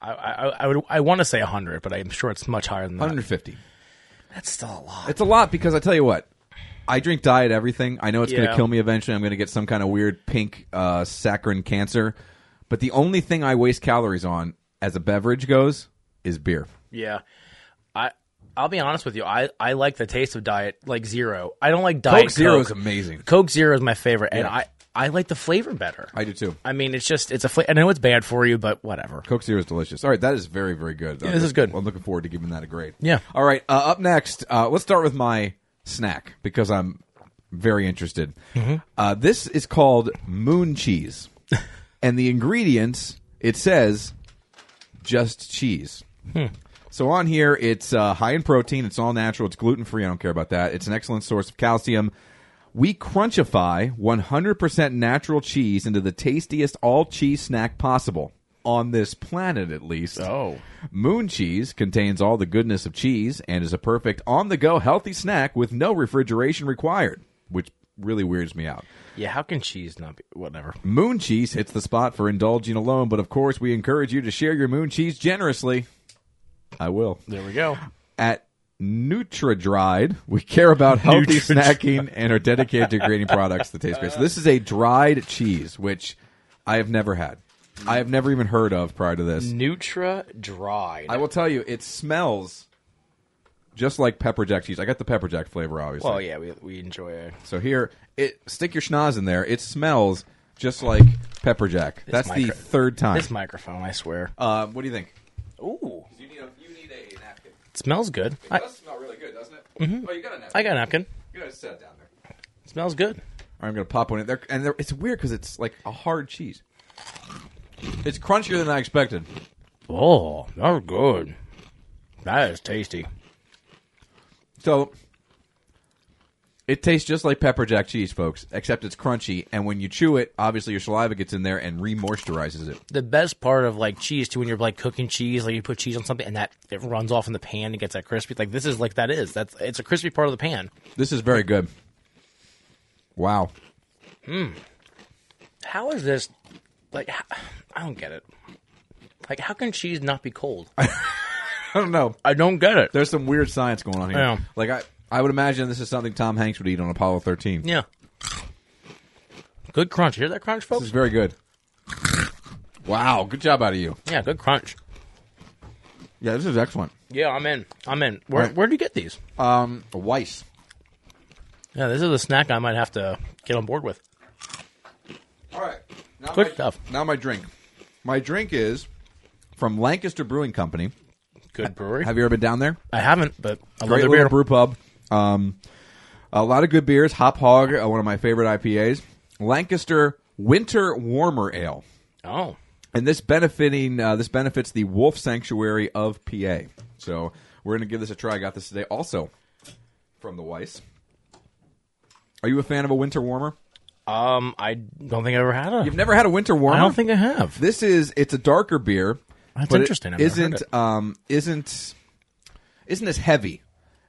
Speaker 2: I I, I would. I want to say hundred, but I'm sure it's much higher than that.
Speaker 1: 150.
Speaker 2: That's still a lot.
Speaker 1: It's a lot because I tell you what, I drink diet everything. I know it's going to
Speaker 2: Yeah.
Speaker 1: kill me eventually. I'm going to get some kind of weird pink uh, saccharin cancer. But the only thing I waste calories on as a beverage goes is beer.
Speaker 2: Yeah. I I'll be honest with you. I, I like the taste of diet like zero. I don't like diet Coke.
Speaker 1: Zero is amazing.
Speaker 2: Coke Zero is my favorite and
Speaker 1: Yeah.
Speaker 2: I I like the flavor better.
Speaker 1: I do too.
Speaker 2: I mean, it's just it's a fla- I know it's bad for you, but whatever.
Speaker 1: Coke Zero is delicious. All right, that is very, very good.
Speaker 2: Yeah, this is good.
Speaker 1: I'm looking forward to giving that a grade.
Speaker 2: Yeah.
Speaker 1: All right, uh, up next, uh, let's start with my snack because I'm very interested.
Speaker 2: Mm-hmm.
Speaker 1: Uh, this is called moon cheese. and the ingredients, it says just cheese. So on here, it's uh, high in protein. It's all natural. It's gluten free. I don't care about that. It's an excellent source of calcium. We crunchify 100% natural cheese into the tastiest all cheese snack possible on this planet, at least.
Speaker 2: Oh.
Speaker 1: Moon cheese contains all the goodness of cheese and is a perfect on the go healthy snack with no refrigeration required, which really weirds me out.
Speaker 2: Yeah, how can cheese not be whatever?
Speaker 1: Moon cheese hits the spot for indulging alone, but of course, we encourage you to share your moon cheese generously. I will.
Speaker 2: There we go.
Speaker 1: At NutraDried, we care about healthy
Speaker 2: NutraDried.
Speaker 1: snacking and are dedicated to creating products that taste great. So this is a dried cheese, which I have never had. I have never even heard of prior to this.
Speaker 2: Nutra dry.
Speaker 1: I will tell you, it smells just like pepper jack cheese. I got the pepper jack flavor, obviously.
Speaker 2: well, Oh, yeah, we we enjoy it.
Speaker 1: So here, it stick your schnoz in there. It smells just like pepper jack. That's the
Speaker 2: micro-
Speaker 1: third time.
Speaker 2: This microphone, I swear.
Speaker 1: Uh, what do you think?
Speaker 2: Ooh,
Speaker 1: You need a, you need a napkin.
Speaker 2: it smells good. I,
Speaker 1: does smell really good, doesn't it? Mm-hmm. Oh, you got a napkin.
Speaker 2: I got a napkin.
Speaker 1: You gotta set it down there.
Speaker 2: It smells good.
Speaker 1: I'm gonna pop one in there, and there, it's weird because it's like a hard cheese. It's crunchier than I expected.
Speaker 2: Oh, that's good. That is tasty.
Speaker 1: So it tastes just like pepper jack cheese, folks, except it's crunchy. And when you chew it, obviously your saliva gets in there and remoisturizes it.
Speaker 2: The best part of like cheese too, when you're like cooking cheese, like you put cheese on something and that it runs off in the pan and gets that crispy. Like this is like that is that's it's a crispy part of the pan.
Speaker 1: This is very good. Wow.
Speaker 2: How is this? Like h- I don't get it. Like how can cheese not be cold?
Speaker 1: I don't know.
Speaker 2: I don't get it.
Speaker 1: There's some weird science going on here.
Speaker 2: Yeah.
Speaker 1: Like I, I would imagine this is something Tom Hanks would eat on Apollo 13.
Speaker 2: Yeah. Good crunch. Hear that crunch,
Speaker 1: This
Speaker 2: folks?
Speaker 1: is very good. Wow, good job out of you.
Speaker 2: Yeah, good crunch.
Speaker 1: Yeah, this is excellent.
Speaker 2: Yeah, I'm in. I'm in. Where
Speaker 1: Right.
Speaker 2: where do you get these?
Speaker 1: Um, Weiss.
Speaker 2: Yeah, this is a snack I might have to get on board with.
Speaker 1: All right. Now
Speaker 2: Good
Speaker 1: my,
Speaker 2: stuff.
Speaker 1: Now my drink. My drink is from Lancaster Brewing Company.
Speaker 2: Good brewery.
Speaker 1: Have you ever been down there?
Speaker 2: I haven't, but I love
Speaker 1: Great
Speaker 2: their
Speaker 1: little
Speaker 2: beer.
Speaker 1: brew pub. Um, a lot of good beers. Hop Hog, uh, one of my favorite IPAs. Lancaster Winter Warmer Ale,
Speaker 2: oh,
Speaker 1: and this benefiting uh, this benefits the Wolf Sanctuary of PA. So we're gonna give this a try. I got this today, also from the Weiss. Are you a fan of a winter warmer?
Speaker 2: um, I don't think I ever had a.
Speaker 1: You've never had a winter warmer.
Speaker 2: I don't think I have.
Speaker 1: This is it's a darker beer.
Speaker 2: That's
Speaker 1: but it
Speaker 2: interesting. I've never heard
Speaker 1: isn't
Speaker 2: it.
Speaker 1: um isn't isn't as heavy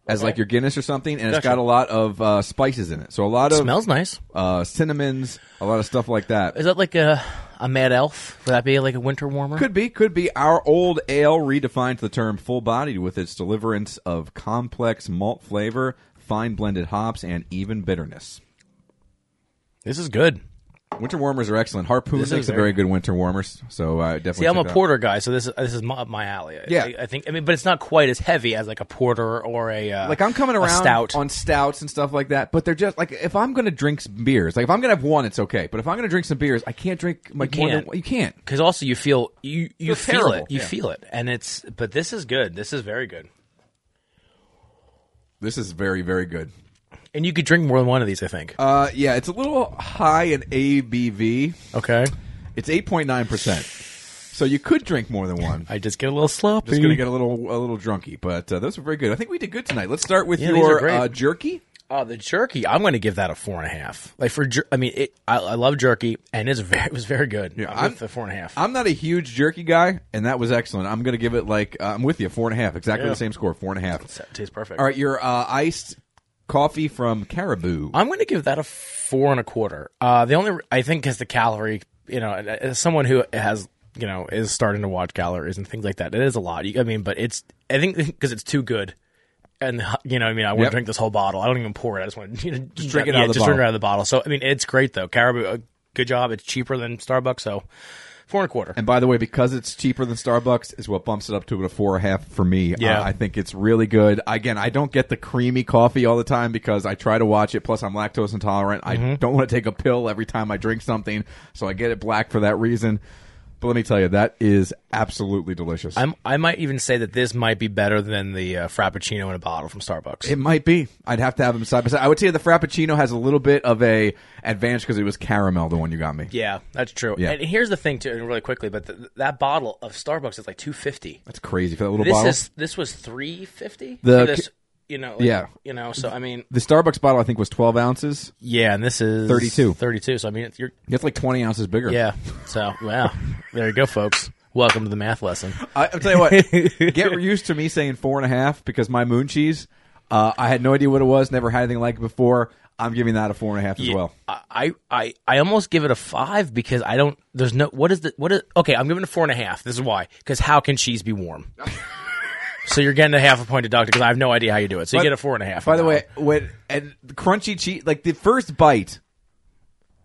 Speaker 1: as like your Guinness or something, and it's
Speaker 2: Gotcha.
Speaker 1: got a lot of uh, spices in it. So a lot of
Speaker 2: Smells nice.
Speaker 1: uh, cinnamons, a lot of stuff like that.
Speaker 2: Is that like a a mad elf? Would that be like a winter warmer?
Speaker 1: Could be, could be. Our old ale redefines the term full bodied with its deliverance of complex malt flavor, fine blended hops, and even bitterness.
Speaker 2: This is good.
Speaker 1: Winter warmers are excellent. Harpoon
Speaker 2: This
Speaker 1: makes
Speaker 2: is
Speaker 1: a very good winter warmers, so uh, definitely.
Speaker 2: See, I'm
Speaker 1: check
Speaker 2: a
Speaker 1: it out.
Speaker 2: porter guy, so this is this is my, my alley. I-
Speaker 1: Yeah.
Speaker 2: I, I think. I mean, but it's not quite as heavy as like a porter or a uh,
Speaker 1: Like I'm coming
Speaker 2: a
Speaker 1: around
Speaker 2: stout.
Speaker 1: on stouts and stuff like that, but they're just like if I'm going to drink some beers, like if I'm going to have one, it's okay. But if I'm going to drink some beers, I can't drink. Like, more than-
Speaker 2: can't.
Speaker 1: you can't.
Speaker 2: because also you feel you
Speaker 1: They're
Speaker 2: you feel
Speaker 1: terrible.
Speaker 2: it you
Speaker 1: Yeah.
Speaker 2: feel it and it's but this is good this is very good
Speaker 1: This is very very good.
Speaker 2: and you could drink more than one of these I think
Speaker 1: Uh, yeah, it's a little high in ABV.
Speaker 2: okay
Speaker 1: It's eight point nine percent, so you could drink more than one.
Speaker 2: I just get a little sloppy
Speaker 1: Just gonna get a little a little drunky, but uh, those are very good. I think we did good tonight. Let's start with
Speaker 2: Yeah, these are
Speaker 1: your
Speaker 2: great.
Speaker 1: uh, jerky.
Speaker 2: oh the jerky I'm going to give that a four and a half like for jer- I mean it I, I love jerky and it's very it was very good yeah
Speaker 1: I'm-
Speaker 2: with the four and a half
Speaker 1: I'm not a huge jerky guy, and that was excellent. I'm gonna give it like uh, I'm with you, four and a half, exactly
Speaker 2: Yeah.
Speaker 1: the same score, four and a half.
Speaker 2: That tastes perfect
Speaker 1: All right, your uh, iced coffee from Caribou.
Speaker 2: I'm going to give that a four and a quarter. Uh, the only I think is the calorie. You know, as someone who has you know is starting to watch calories and things like that, it is a lot. You- I mean, but it's I think because it's too good, and you know, I mean, I want
Speaker 1: Yep.
Speaker 2: to drink this whole bottle. I don't even pour it. I just want to you know, just
Speaker 1: drink it
Speaker 2: yeah,
Speaker 1: out of the
Speaker 2: just drink
Speaker 1: bottle.
Speaker 2: it out of the bottle. So I mean, it's great though. Caribou, uh, good job. It's cheaper than Starbucks, so four and a quarter.
Speaker 1: And by the way, because it's cheaper than Starbucks, is what bumps it up to a four and a half for me.
Speaker 2: Yeah.
Speaker 1: Uh, I think it's really good. Again, I don't get the creamy coffee all the time because I try to watch it. Plus, I'm lactose intolerant.
Speaker 2: Mm-hmm.
Speaker 1: I don't want to take a pill every time I drink something, so I get it black for that reason. But let me tell you, that is absolutely delicious.
Speaker 2: I'm, I might even say that this might be better than the uh, Frappuccino in a bottle from Starbucks.
Speaker 1: it might be. I'd have to have them side by side. I would say the Frappuccino has a little bit of a advantage because it was caramel, the one you got me.
Speaker 2: Yeah, that's true.
Speaker 1: Yeah.
Speaker 2: And here's the thing too, and really quickly, but th- that bottle of Starbucks is like two fifty.
Speaker 1: That's crazy for that little
Speaker 2: This
Speaker 1: bottle.
Speaker 2: is this was three fifty.
Speaker 1: The ca-
Speaker 2: The this, you know, like-
Speaker 1: Yeah.
Speaker 2: you know. So I mean,
Speaker 1: the Starbucks bottle, I think, was 12 ounces.
Speaker 2: yeah, and this is
Speaker 1: 32.
Speaker 2: Thirty two. So I mean, it's, you're
Speaker 1: It's like 20 ounces bigger.
Speaker 2: yeah. So wow, there you go, folks. Welcome to the math lesson.
Speaker 1: I, I'll tell you what. get used to me saying four and a half because my moon cheese, uh, I had no idea what it was. Never had anything like it before. I'm giving that a four and a half as well.
Speaker 2: I, I I almost give it a five because I don't. There's no. What is the what is? Okay, I'm giving it a four and a half. This is why. Because how can cheese be warm? so you're getting a half a point deducted because I have no idea how you do it. So you get a four and a half.
Speaker 1: By the way, when and the crunchy cheese, like the first bite,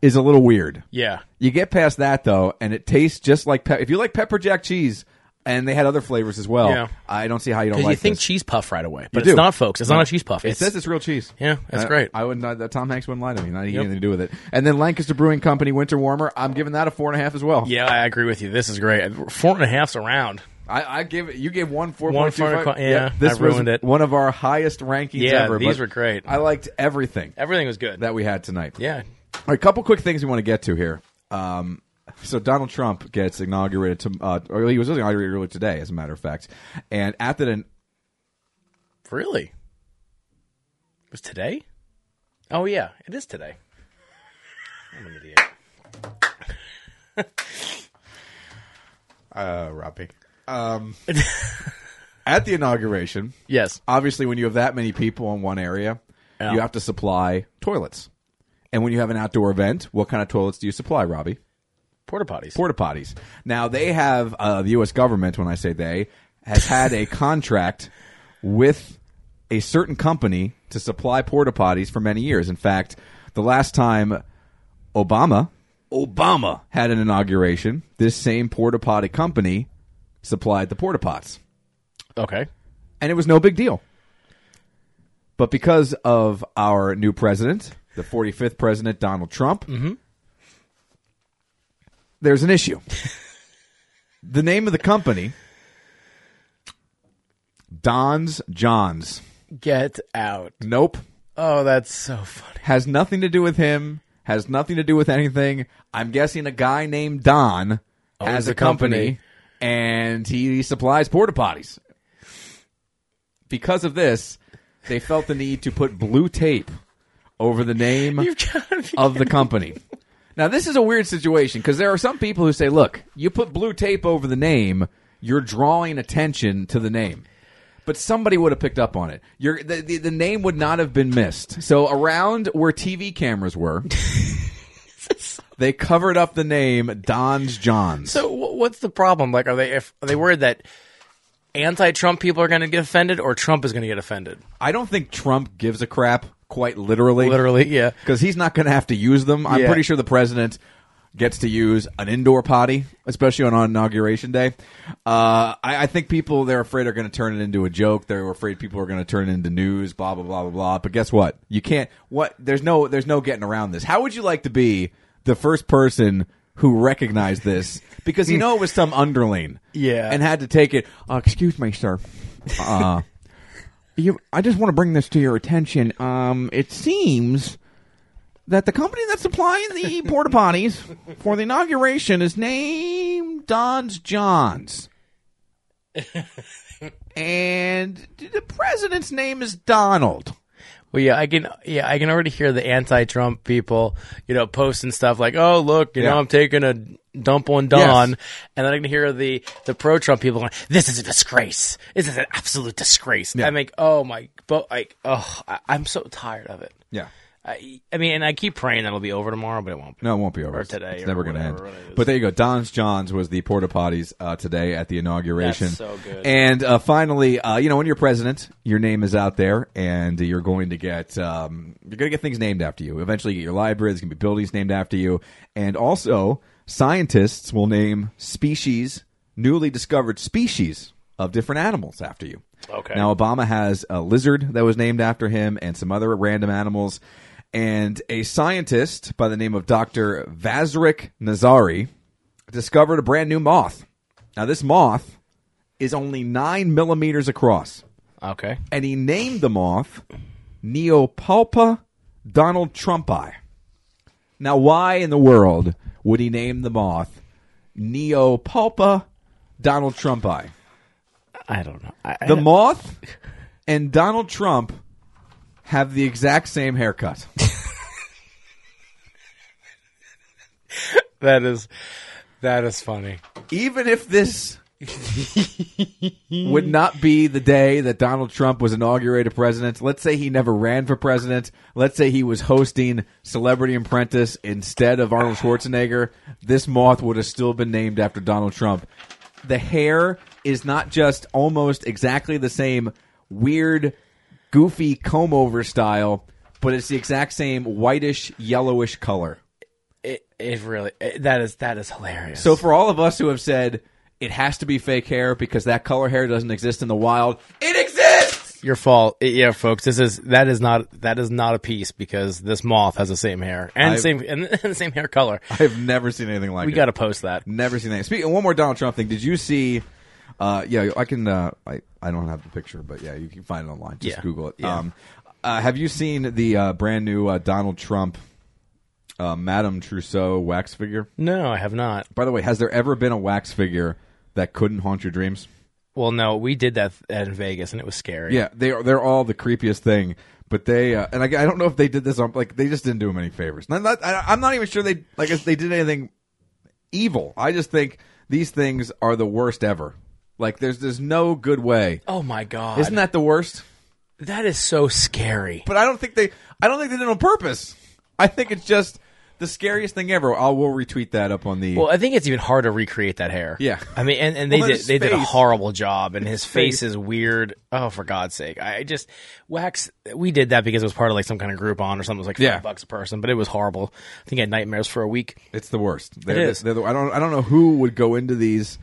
Speaker 1: is a little weird.
Speaker 2: yeah.
Speaker 1: You get past that though, and it tastes just like pe- if you like pepper jack cheese, and they had other flavors as well.
Speaker 2: Yeah.
Speaker 1: I don't see how you don't
Speaker 2: Because
Speaker 1: like
Speaker 2: you think
Speaker 1: this.
Speaker 2: cheese puff right away, but
Speaker 1: do.
Speaker 2: it's not, folks. It's not a cheese puff.
Speaker 1: It says it's real cheese.
Speaker 2: Yeah, that's
Speaker 1: I-
Speaker 2: great.
Speaker 1: I wouldn't. Uh, Tom Hanks wouldn't lie to me. Not
Speaker 2: Yep.
Speaker 1: anything to do with it. And then Lancaster Brewing Company Winter Warmer. I'm giving that a four and a half as well.
Speaker 2: Yeah, I agree with you. This is great. Four and a half's around.
Speaker 1: I, I give it. You gave one four
Speaker 2: One
Speaker 1: point two five.
Speaker 2: four- yeah,
Speaker 1: this
Speaker 2: I ruined
Speaker 1: was
Speaker 2: it.
Speaker 1: One of our highest rankings
Speaker 2: Yeah,
Speaker 1: ever.
Speaker 2: these
Speaker 1: but
Speaker 2: were great.
Speaker 1: I liked everything
Speaker 2: Everything was good.
Speaker 1: that we had tonight.
Speaker 2: yeah.
Speaker 1: All right, a couple quick things we want to get to here. Um, so Donald Trump gets inaugurated. To, uh, or he was inaugurated earlier today, as a matter of fact. And at that
Speaker 2: Really? It was today? Oh yeah, it is today. I'm an idiot. Oh,
Speaker 1: Uh, Robbie. Um, at the inauguration,
Speaker 2: Yes.
Speaker 1: obviously, when you have that many people in one area,
Speaker 2: Yeah.
Speaker 1: you have to supply toilets. And when you have an outdoor event, what kind of toilets do you supply, Robbie?
Speaker 2: Porta potties.
Speaker 1: porta potties. Now they have uh, the U.S. government. When I say they, has had a contract with a certain company to supply porta potties for many years. In fact, the last time Obama Obama had an inauguration, this same porta potty company supplied the porta pots,
Speaker 2: okay.
Speaker 1: and it was no big deal. But because of our new president, the 45th president Donald Trump, there's an issue. the name of the company, Don's Johns.
Speaker 2: Get out.
Speaker 1: Nope.
Speaker 2: Oh, that's so funny.
Speaker 1: Has nothing to do with him, has nothing to do with anything. I'm guessing a guy named Don has
Speaker 2: the
Speaker 1: a company, and he supplies porta potties. Because of this, they felt the need to put blue tape over the name
Speaker 2: You've got to be
Speaker 1: of the company. Now, this is a weird situation because there are some people who say, look, you put blue tape over the name, you're drawing attention to the name. But somebody would have picked up on it. You're, the, the, the name would not have been missed. So, around where TV cameras were, they covered up the name Don's Johns.
Speaker 2: So wh- what's the problem? Like, are they if are they worried that anti-Trump people are going to get offended, or Trump is going to get offended?
Speaker 1: I don't think Trump gives a crap, quite literally.
Speaker 2: Literally, yeah.
Speaker 1: because he's not going to have to use them. I'm
Speaker 2: Yeah.
Speaker 1: pretty sure the president gets to use an indoor potty, especially on inauguration day. Uh, I, I think people they're afraid are going to turn it into a joke. They're afraid people are going to turn it into news. Blah blah blah blah blah. But guess what? You can't. What there's no there's no getting around this. How would you like to be the first person? Who recognized this because you know it was some underling,
Speaker 2: Yeah.
Speaker 1: and had to take it. Uh, excuse me, sir. Uh, you, I just want to bring this to your attention. Um, it seems that the company that's supplying the porta potties for the inauguration is named Don's Johns. and the president's name is Donald.
Speaker 2: Well, yeah, I can, yeah, I can already hear the anti-Trump people, you know, posting stuff like, "Oh, look, you
Speaker 1: Yeah.
Speaker 2: know, I'm taking a dump on Don," and then I can hear the the pro-Trump people going, "This is a disgrace. This is an absolute disgrace." I'm like, "Oh my, but like, oh, I, I'm so tired of it."
Speaker 1: Yeah.
Speaker 2: I, I mean, and I keep praying that'll be over tomorrow, but it won't. be.
Speaker 1: No, it won't be over.
Speaker 2: Or
Speaker 1: It's-
Speaker 2: today
Speaker 1: It's
Speaker 2: or
Speaker 1: never going to end.
Speaker 2: whatever it is.
Speaker 1: But there you go. Don's Johns was the porta potties uh, today at the inauguration.
Speaker 2: That's so good.
Speaker 1: And uh, finally, uh, you know, when you're president, your name is out there, and you're going to get um, you're going to get things named after you. Eventually, you get your library. There's going to be buildings named after you, and also scientists will name species, newly discovered species of different animals after you.
Speaker 2: Okay.
Speaker 1: Now, Obama has a lizard that was named after him and some other random animals. And a scientist by the name of Dr. Vazirek Nazari discovered a brand new moth. Now, this moth is only nine millimeters across.
Speaker 2: Okay.
Speaker 1: And he named the moth Neopalpa Donald Trumpi. Now, why in the world would he name the moth Neopalpa Donald Trumpi?
Speaker 2: I don't know. I,
Speaker 1: The moth and Donald Trump have the exact same haircut.
Speaker 2: that is that is funny.
Speaker 1: Even if this would not be the day that Donald Trump was inaugurated president, let's say he never ran for president, let's say he was hosting Celebrity Apprentice instead of Arnold Schwarzenegger, this moth would have still been named after Donald Trump. The hair is not just almost exactly the same weird, goofy comb over style, but it's the exact same whitish, yellowish color.
Speaker 2: It it really it, that is that is hilarious.
Speaker 1: So for all of us who have said it has to be fake hair because that color hair doesn't exist in the wild, it exists.
Speaker 2: your fault, I- yeah, folks. This is that is not that is not a piece because this moth has the same hair and
Speaker 1: I've-
Speaker 2: same and, the same hair color.
Speaker 1: I've never seen anything like
Speaker 2: We
Speaker 1: it.
Speaker 2: got to post that.
Speaker 1: never seen that. Speaking one more Donald Trump thing. Did you see? Uh, yeah, I can. Uh, I I don't have the picture, but yeah, you can find it online. Just
Speaker 2: Yeah.
Speaker 1: Google it.
Speaker 2: Yeah.
Speaker 1: Um, uh, have you seen the uh, brand new uh, Donald Trump, uh, Madame Trousseau wax figure?
Speaker 2: No, I have not.
Speaker 1: By the way, has there ever been a wax figure that couldn't haunt your dreams?
Speaker 2: Well, no, we did that th- in Vegas, and it was scary.
Speaker 1: Yeah, they are. They're all the creepiest thing. But they uh, and I, I don't know if they did this on like they just didn't do him any favors. Not, not, I, I'm not even sure they like if they did anything evil. I just think these things are the worst ever. Like there's there's no good way.
Speaker 2: Oh my god,
Speaker 1: Isn't that the worst?
Speaker 2: that is so scary?
Speaker 1: But I don't think they I don't think they did it on purpose. I think it's just the scariest thing ever. I will retweet that up on the
Speaker 2: Well, I think it's even hard to recreate that hair.
Speaker 1: Yeah.
Speaker 2: I mean, and, and they
Speaker 1: Well,
Speaker 2: did
Speaker 1: his
Speaker 2: they did a
Speaker 1: face-
Speaker 2: horrible job, and his face is weird. Oh, for God's sake! I just wax. We did that because it was part of like some kind of Groupon or something. It was like five
Speaker 1: Yeah.
Speaker 2: bucks a person, but it was horrible. I think I had nightmares for a week.
Speaker 1: It's the worst. They're,
Speaker 2: is.
Speaker 1: they're the- I don't. I don't know who would go into these.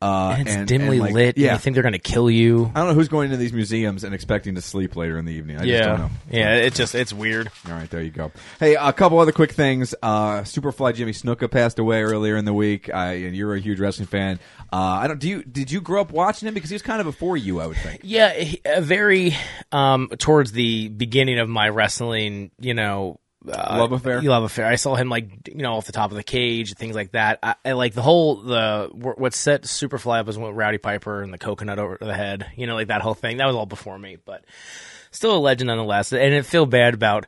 Speaker 1: Uh,
Speaker 2: And it's
Speaker 1: and-
Speaker 2: dimly
Speaker 1: and, like,
Speaker 2: lit.
Speaker 1: Yeah.
Speaker 2: and you think they're going to kill you.
Speaker 1: I don't know who's going into these museums and expecting to sleep later in the evening. I just don't know.
Speaker 2: yeah. It's just it's weird.
Speaker 1: All right, there you go. Hey, a couple other quick things. Uh, Superfly Jimmy Snuka passed away earlier in the week, uh, and you're a huge wrestling fan. Uh, I don't. Do you? Did you grow up watching him? Because he was kind of before you, I would think.
Speaker 2: Yeah, he- a very um, towards the beginning of my wrestling, you know, uh,
Speaker 1: Love affair?
Speaker 2: Love affair. I saw him like you know off the top of the cage, things like that. I, I like the whole the wh- what set Superfly up was when Rowdy Piper and the coconut over the head, you know, like that whole thing. That was all before me, but still a legend nonetheless. And it feel bad about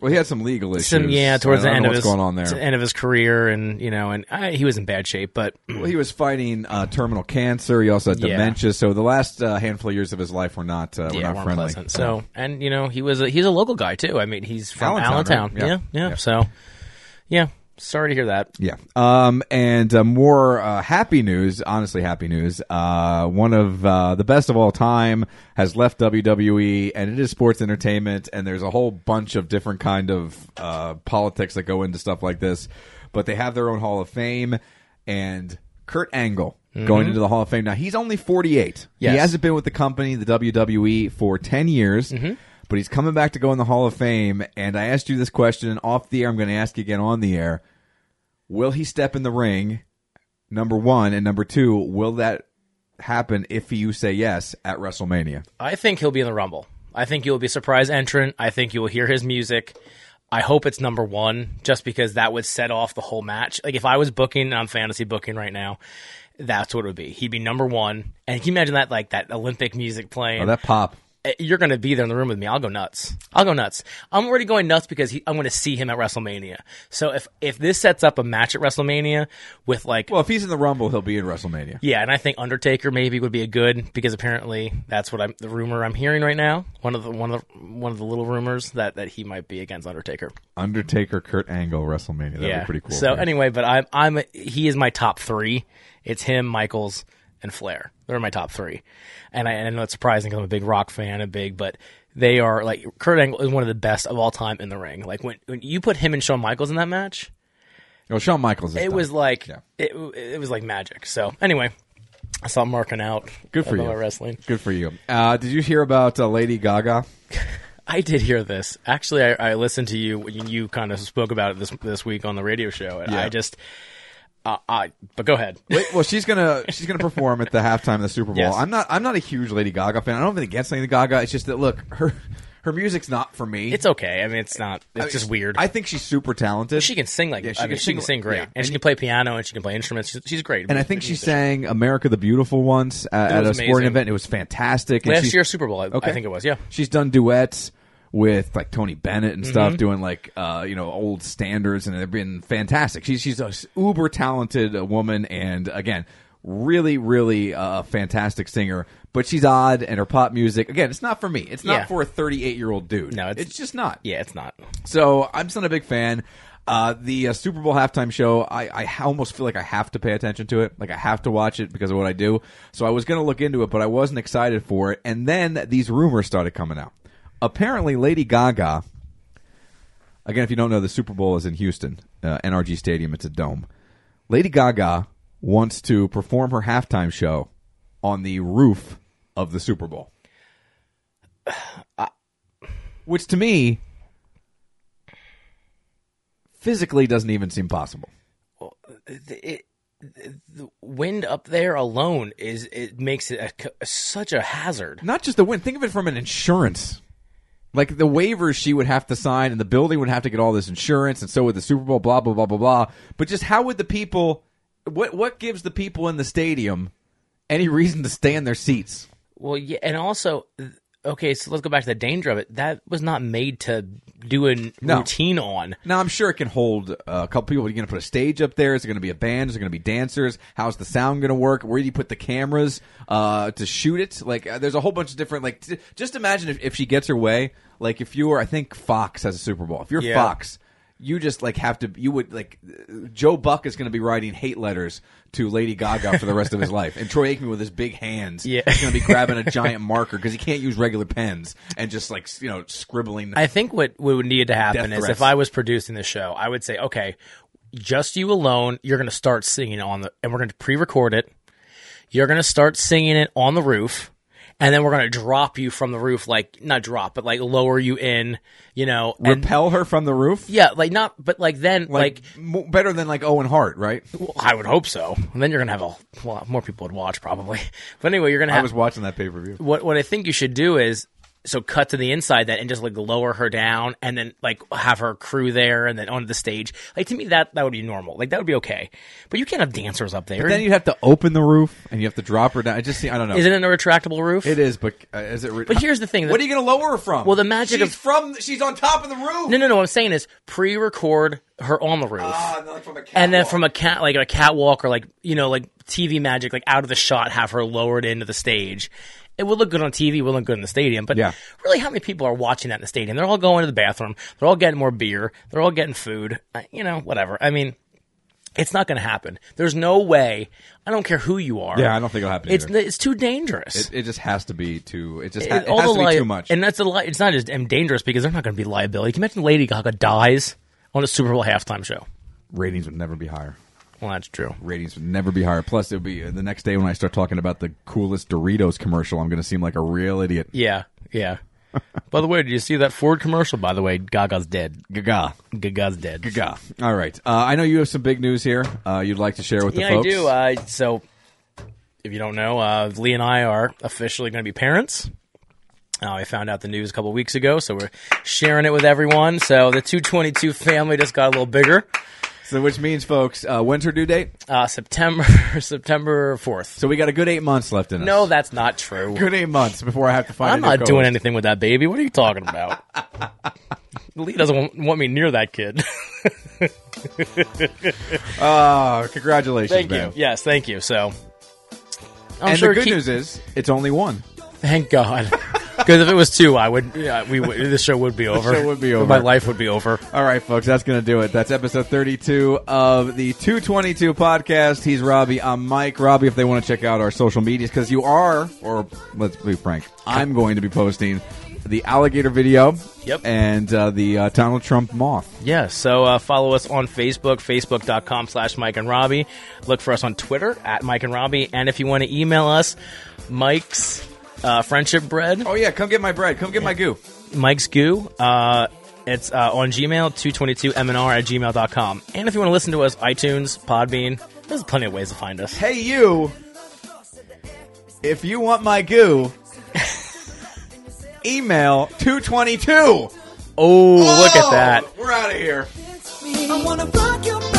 Speaker 1: Well, he had some legal issues.
Speaker 2: some yeah towards
Speaker 1: I
Speaker 2: the
Speaker 1: don't
Speaker 2: end
Speaker 1: know
Speaker 2: of
Speaker 1: what's
Speaker 2: his
Speaker 1: going on
Speaker 2: to the
Speaker 1: there.
Speaker 2: end of his career, and you know, and I, he was in bad shape, but
Speaker 1: Well, he was fighting uh, terminal cancer. He also had
Speaker 2: Yeah.
Speaker 1: dementia. So the last uh, handful of years of his life were not uh, were
Speaker 2: yeah,
Speaker 1: not
Speaker 2: weren't
Speaker 1: friendly.
Speaker 2: pleasant. So, and you know, he was a, he's a local guy too. I mean, he's from
Speaker 1: Allentown,
Speaker 2: Allentown.
Speaker 1: right? Yeah.
Speaker 2: Yeah. yeah, So, yeah. Sorry to hear that.
Speaker 1: Yeah. Um, and uh, more uh, happy news, honestly, happy news. Uh, one of uh, the best of all time has left WWE, and it is sports entertainment, and there's a whole bunch of different kind of uh, politics that go into stuff like this. But they have their own Hall of Fame, and Kurt Angle going into the Hall of Fame. Now, he's only 48. He
Speaker 2: Yes.
Speaker 1: hasn't been with the company, the WWE, for 10 years. But he's coming back to go in the Hall of Fame, and I asked you this question off the air. I'm going to ask you again on the air. Will he step in the ring? Number one and number two, will that happen if you say yes at WrestleMania?
Speaker 2: I think he'll be in the Rumble. I think you will be a surprise entrant. I think you will hear his music. I hope it's number one, just because that would set off the whole match. Like if I was booking, I'm fantasy booking right now. That's what it would be. He'd be number one, and can you imagine that like that Olympic music playing?
Speaker 1: Oh, that pop.
Speaker 2: eh, you're going to be there in the room with me. I'll go nuts. I'll go nuts. I'm already going nuts because he, I'm going to see him at WrestleMania. So if if this sets up a match at WrestleMania with like
Speaker 1: Well, if he's in the Rumble, he'll be in WrestleMania.
Speaker 2: yeah, and I think Undertaker maybe would be a good because apparently that's what I'm the rumor I'm hearing right now. One of the one of the, one of the little rumors that that he might be against Undertaker.
Speaker 1: Undertaker, Kurt Angle, WrestleMania. That'd
Speaker 2: yeah,
Speaker 1: be pretty cool.
Speaker 2: So
Speaker 1: Yeah.
Speaker 2: anyway, but I'm I'm he is my top three. It's him, Michaels, and Flair. They're my top three, and I, and I know it's surprising because I'm a big rock fan, a big, but they are like Kurt Angle is one of the best of all time in the ring. Like when when you put him and Shawn Michaels in that match,
Speaker 1: well, Shawn Michaels. Is
Speaker 2: it
Speaker 1: done.
Speaker 2: was like
Speaker 1: Yeah.
Speaker 2: it it was like magic. So anyway, I saw marking out.
Speaker 1: Good for
Speaker 2: about
Speaker 1: you.
Speaker 2: my Wrestling.
Speaker 1: good for you. Uh, did you hear about uh, Lady Gaga?
Speaker 2: I did hear this. Actually, I, I listened to you when you kind of spoke about it this this week on the radio show, and
Speaker 1: Yeah.
Speaker 2: I just. Uh, I, but go ahead.
Speaker 1: Wait, well, she's gonna she's gonna perform at the halftime of the Super Bowl.
Speaker 2: Yes.
Speaker 1: I'm not I'm not a huge Lady Gaga fan. I don't think against Lady Gaga. It's just that look her her music's not for me.
Speaker 2: It's okay. I mean, it's not. It's just weird.
Speaker 1: I think she's super talented.
Speaker 2: she can sing like.
Speaker 1: Yeah, she
Speaker 2: I
Speaker 1: can
Speaker 2: mean,
Speaker 1: sing
Speaker 2: she can
Speaker 1: like-
Speaker 2: sing great,
Speaker 1: yeah.
Speaker 2: and, she can play piano, and she can play instruments. She's, she's great.
Speaker 1: And I think she sang "America the Beautiful" once at, at a
Speaker 2: was
Speaker 1: sporting
Speaker 2: amazing.
Speaker 1: event. It was fantastic. And
Speaker 2: last
Speaker 1: she's-
Speaker 2: year Super Bowl. I,
Speaker 1: Okay.
Speaker 2: I think it was. Yeah.
Speaker 1: she's done duets with like Tony Bennett and stuff,
Speaker 2: Mm-hmm.
Speaker 1: doing like uh, you know old standards, and they've been fantastic. She's she's a s- uber talented uh, woman, and again, really really uh, fantastic singer. But she's odd, and her pop music again, it's not for me. It's not
Speaker 2: Yeah.
Speaker 1: for a thirty eight year old dude.
Speaker 2: No, it's-
Speaker 1: it's just not.
Speaker 2: Yeah, it's not.
Speaker 1: So I'm still not a big fan. Uh, the uh, Super Bowl halftime show, I, I ha- almost feel like I have to pay attention to it. Like I have to watch it because of what I do. So I was going to look into it, but I wasn't excited for it. And then these rumors started coming out. Apparently, Lady Gaga, again, if you don't know, the Super Bowl is in Houston, uh, NRG Stadium. It's a dome. Lady Gaga wants to perform her halftime show on the roof of the Super Bowl. Which to me physically doesn't even seem possible.
Speaker 2: It, the wind up there alone is it makes it a c such a hazard.
Speaker 1: Not just the wind. Think of it from an insurance. Like the waivers she would have to sign, and the building would have to get all this insurance, and so would the Super Bowl. Blah blah blah blah blah. But just how would the people? What what gives the people in the stadium any reason to stay in their seats.
Speaker 2: Well, yeah, and also, th- okay, so let's go back to the danger of it. That was not made to do a n-
Speaker 1: No.
Speaker 2: routine on.
Speaker 1: Now I'm sure it can hold uh, a couple people. Are you going to put a stage up there? Is it going to be a band? Is it going to be dancers? How's the sound going to work? Where do you put the cameras uh, to shoot it? Like, uh, there's a whole bunch of different. Like, t- just imagine if, if she gets her way. Like, if you were, I think Fox has a Super Bowl. If you're
Speaker 2: Yeah.
Speaker 1: Fox, you just like have to. You would like uh, Joe Buck is going to be writing hate letters to Lady Gaga for the rest of his life, and Troy Aikman with his big hands
Speaker 2: Yeah.
Speaker 1: is going to be grabbing a giant marker because he can't use regular pens and just like s- you know scribbling.
Speaker 2: I think what, what would need to happen
Speaker 1: Death
Speaker 2: is
Speaker 1: threats.
Speaker 2: if I was producing the show, I would say, okay, just you alone, you're going to start singing on the, and we're going to pre record it. You're going to start singing it on the roof. And then we're going to drop you from the roof, like, not drop, but like lower you in, you know. And,
Speaker 1: Repel her from the roof.
Speaker 2: yeah, like not, but like then, like
Speaker 1: mo better than like Owen Hart, right?
Speaker 2: Well, I would hope so. And then you're gonna have a well, more people would watch probably. But anyway, you're gonna
Speaker 1: I
Speaker 2: have
Speaker 1: was watching that pay per view.
Speaker 2: what what I think you should do is so cut to the inside that and just like lower her down and then like have her crew there and then onto the stage. Like to me that that would be normal. Like that would be okay. But you can't have dancers up there.
Speaker 1: Then you have to open the roof and you have to drop her down. I just see. I don't know.
Speaker 2: is it in a retractable roof?
Speaker 1: it is, but uh, is it? Re-
Speaker 2: But here's the thing.
Speaker 1: what are you going to lower her from?
Speaker 2: Well, the magic
Speaker 1: she's
Speaker 2: of-
Speaker 1: from. She's on top of the roof.
Speaker 2: no, no, no. What I'm saying is pre-record her on the roof.
Speaker 1: Ah, not from a
Speaker 2: and then
Speaker 1: catwalk.
Speaker 2: from a cat like a catwalk or like you know like TV magic like out of the shot have her lowered into the stage. It would look good on TV, it would look good in the stadium, but
Speaker 1: Yeah.
Speaker 2: really, how many people are watching that in the stadium? They're all going to the bathroom, they're all getting more beer, they're all getting food, uh, you know, whatever. I mean, it's not going to happen. There's no way. I don't care who you are.
Speaker 1: Yeah, I don't think it'll happen
Speaker 2: It's
Speaker 1: either.
Speaker 2: it's too dangerous.
Speaker 1: It, it just has to be too. It just
Speaker 2: It-
Speaker 1: ha- it has to be
Speaker 2: lia-
Speaker 1: too much.
Speaker 2: and that's a li- It's not just um, dangerous because they're not going to be liability. Can you imagine Lady Gaga dies on a Super Bowl halftime show?
Speaker 1: Ratings would never be higher.
Speaker 2: Well, that's true.
Speaker 1: Ratings would never be higher. Plus, it'll be uh, the next day when I start talking about the coolest Doritos commercial. I'm going to seem like a real idiot.
Speaker 2: Yeah, yeah. by the way, did you see that Ford commercial? By the way, Gaga's dead.
Speaker 1: Gaga,
Speaker 2: Gaga's dead.
Speaker 1: gaga. All right. Uh, I know you have some big news here. Uh, you'd like to share with
Speaker 2: yeah,
Speaker 1: the folks.
Speaker 2: I do. Uh, so, if you don't know, uh, Lee and I are officially going to be parents. Uh, I found out the news a couple weeks ago, so we're sharing it with everyone. So the 222 family just got a little bigger.
Speaker 1: So, which means, folks, uh, when's her due date?
Speaker 2: Uh, September September 4th.
Speaker 1: So we got a good eight months left in us.
Speaker 2: No, that's not true.
Speaker 1: good eight months before I have to find.
Speaker 2: I'm
Speaker 1: a new
Speaker 2: not
Speaker 1: co-host.
Speaker 2: doing anything with that baby. What are you talking about? Lee doesn't want- want me near that kid.
Speaker 1: Oh, congratulations,
Speaker 2: Thank
Speaker 1: man.
Speaker 2: you. Yes, thank you. So, I'm
Speaker 1: and
Speaker 2: sure
Speaker 1: the good
Speaker 2: Keith-
Speaker 1: news is, it's only one.
Speaker 2: Thank God. Because if it was two, I would. Yeah, we would. This show would be over.
Speaker 1: show would be over.
Speaker 2: My life would be over.
Speaker 1: All right, folks, that's going to do it. That's episode 32 of the 222 podcast. He's Robbie. I'm Mike. Robbie, if they want to check out our social medias, because you are, or let's be frank, I'm going to be posting the alligator video
Speaker 2: Yep.
Speaker 1: and uh, the uh, Donald Trump moth.
Speaker 2: Yeah. So uh, follow us on Facebook, facebook.com/slash Mike and Robbie. Look for us on Twitter at Mike and Robbie, and if you want to email us, Mike's uh, friendship bread,
Speaker 1: Oh, yeah, come get my bread. Come get my goo.
Speaker 2: Mike's goo. Uh, it's uh, on Gmail, 222mnr at gmail.com. And if you want to listen to us, iTunes, Podbean, there's plenty of ways to find us.
Speaker 1: Hey, you, if you want my goo, email 222.
Speaker 2: Oh, look at that.
Speaker 1: Oh. We're out of here.
Speaker 4: I wanna rock your body.